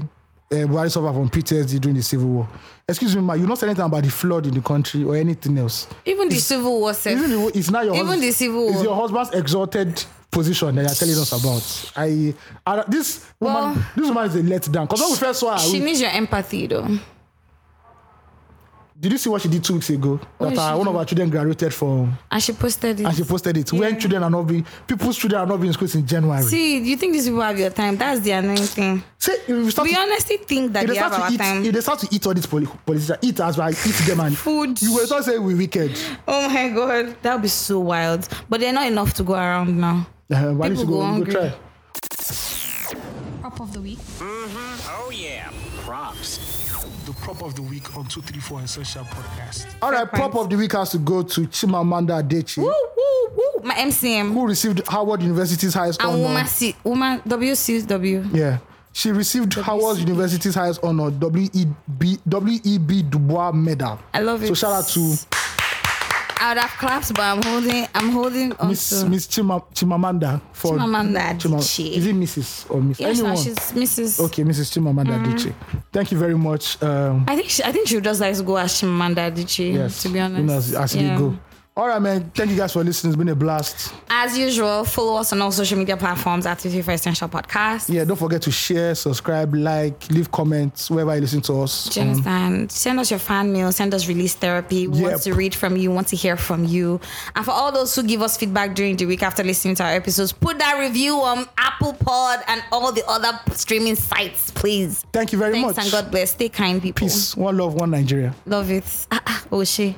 A: uh, Buhari suffered from PTSD during the civil war. Excuse me, ma, you not said anything about the flood in the country or anything else.
B: Even the civil war self.
A: Even the, it's not your
B: Eh, Even
A: husband,
B: the civil
A: It's
B: war.
A: your husband's exalted position that you're telling us about. I, I this woman,
B: Well-
A: this woman is a letdown. Because when we first saw her,
B: she
A: we-
B: needs your empathy though.
A: did you see what she did two weeks ago? That
B: did
A: her,
B: she
A: one of our children graduated from,
B: And she posted it.
A: and she posted it. When children are not being, people's children are not being in school in January. See,
B: See, you think these people have your time? That's the annoying thing.
A: if you start
B: We
A: to,
B: honestly think that
A: if
B: they
A: they
B: have
A: start
B: our
A: to eat,
B: time.
A: if they start to eat all these poli- politicians, eat as well, eat them and
B: Food.
A: You will not say we wicked.
B: Oh my god, that would be so wild. But they're not enough to go around now.
A: Uh, why don't you
B: People go
A: go, you go
B: hungry.
A: try?
D: Prop of the week.
C: Oh, yeah. Props.
H: The prop of the week on 234 Essential Podcast.
A: All right, prop of the week has to go to Chimamanda Adichie,
B: Woo, woo, woo. My MCM.
A: who received Howard University's highest
B: And
A: honor.
B: woman, C, woman WCW.
A: Yeah. She received Howard University's highest honor, E W.E.B. W.E.B. Du Bois E Medal.
B: I love
A: So
B: it.
A: shout out to
B: I would have clapped, but I'm holding, I'm holding on
A: Miss
B: to
A: Miss Chima, Chimamanda for
B: Chimamanda
A: Chima-
B: Adichie.
A: Is it Mrs. or Miss?
B: Yes, now
A: Anyone?
B: she's Mm. Mrs.
A: okay, Mrs. Chimamanda Adichie. Thank you very much. Um,
B: I think she, I think she would just like to go as Chimamanda Adichie.
A: yes,
B: Mm, to be honest.
A: you know, as, as
B: Yeah.
A: we go. All right, man. Thank you guys for listening. It's been a blast.
B: As usual, follow us on all social media platforms at 54 Essential Podcast.
A: Yeah, don't forget to share, subscribe, like, leave comments wherever you listen to us.
B: Do you understand? send us your fan mail, send us release therapy. We
A: Yep.
B: want to read from you, want to hear from you. And for all those who give us feedback during the week after listening to our episodes, put that review on Apple Pod and all the other streaming sites, please.
A: Thank you very
B: Thanks
A: much.
B: and God bless. Stay kind, people. Oh,
A: Peace. One love, one Nigeria.
B: Love it. Ah, ah, Oshé.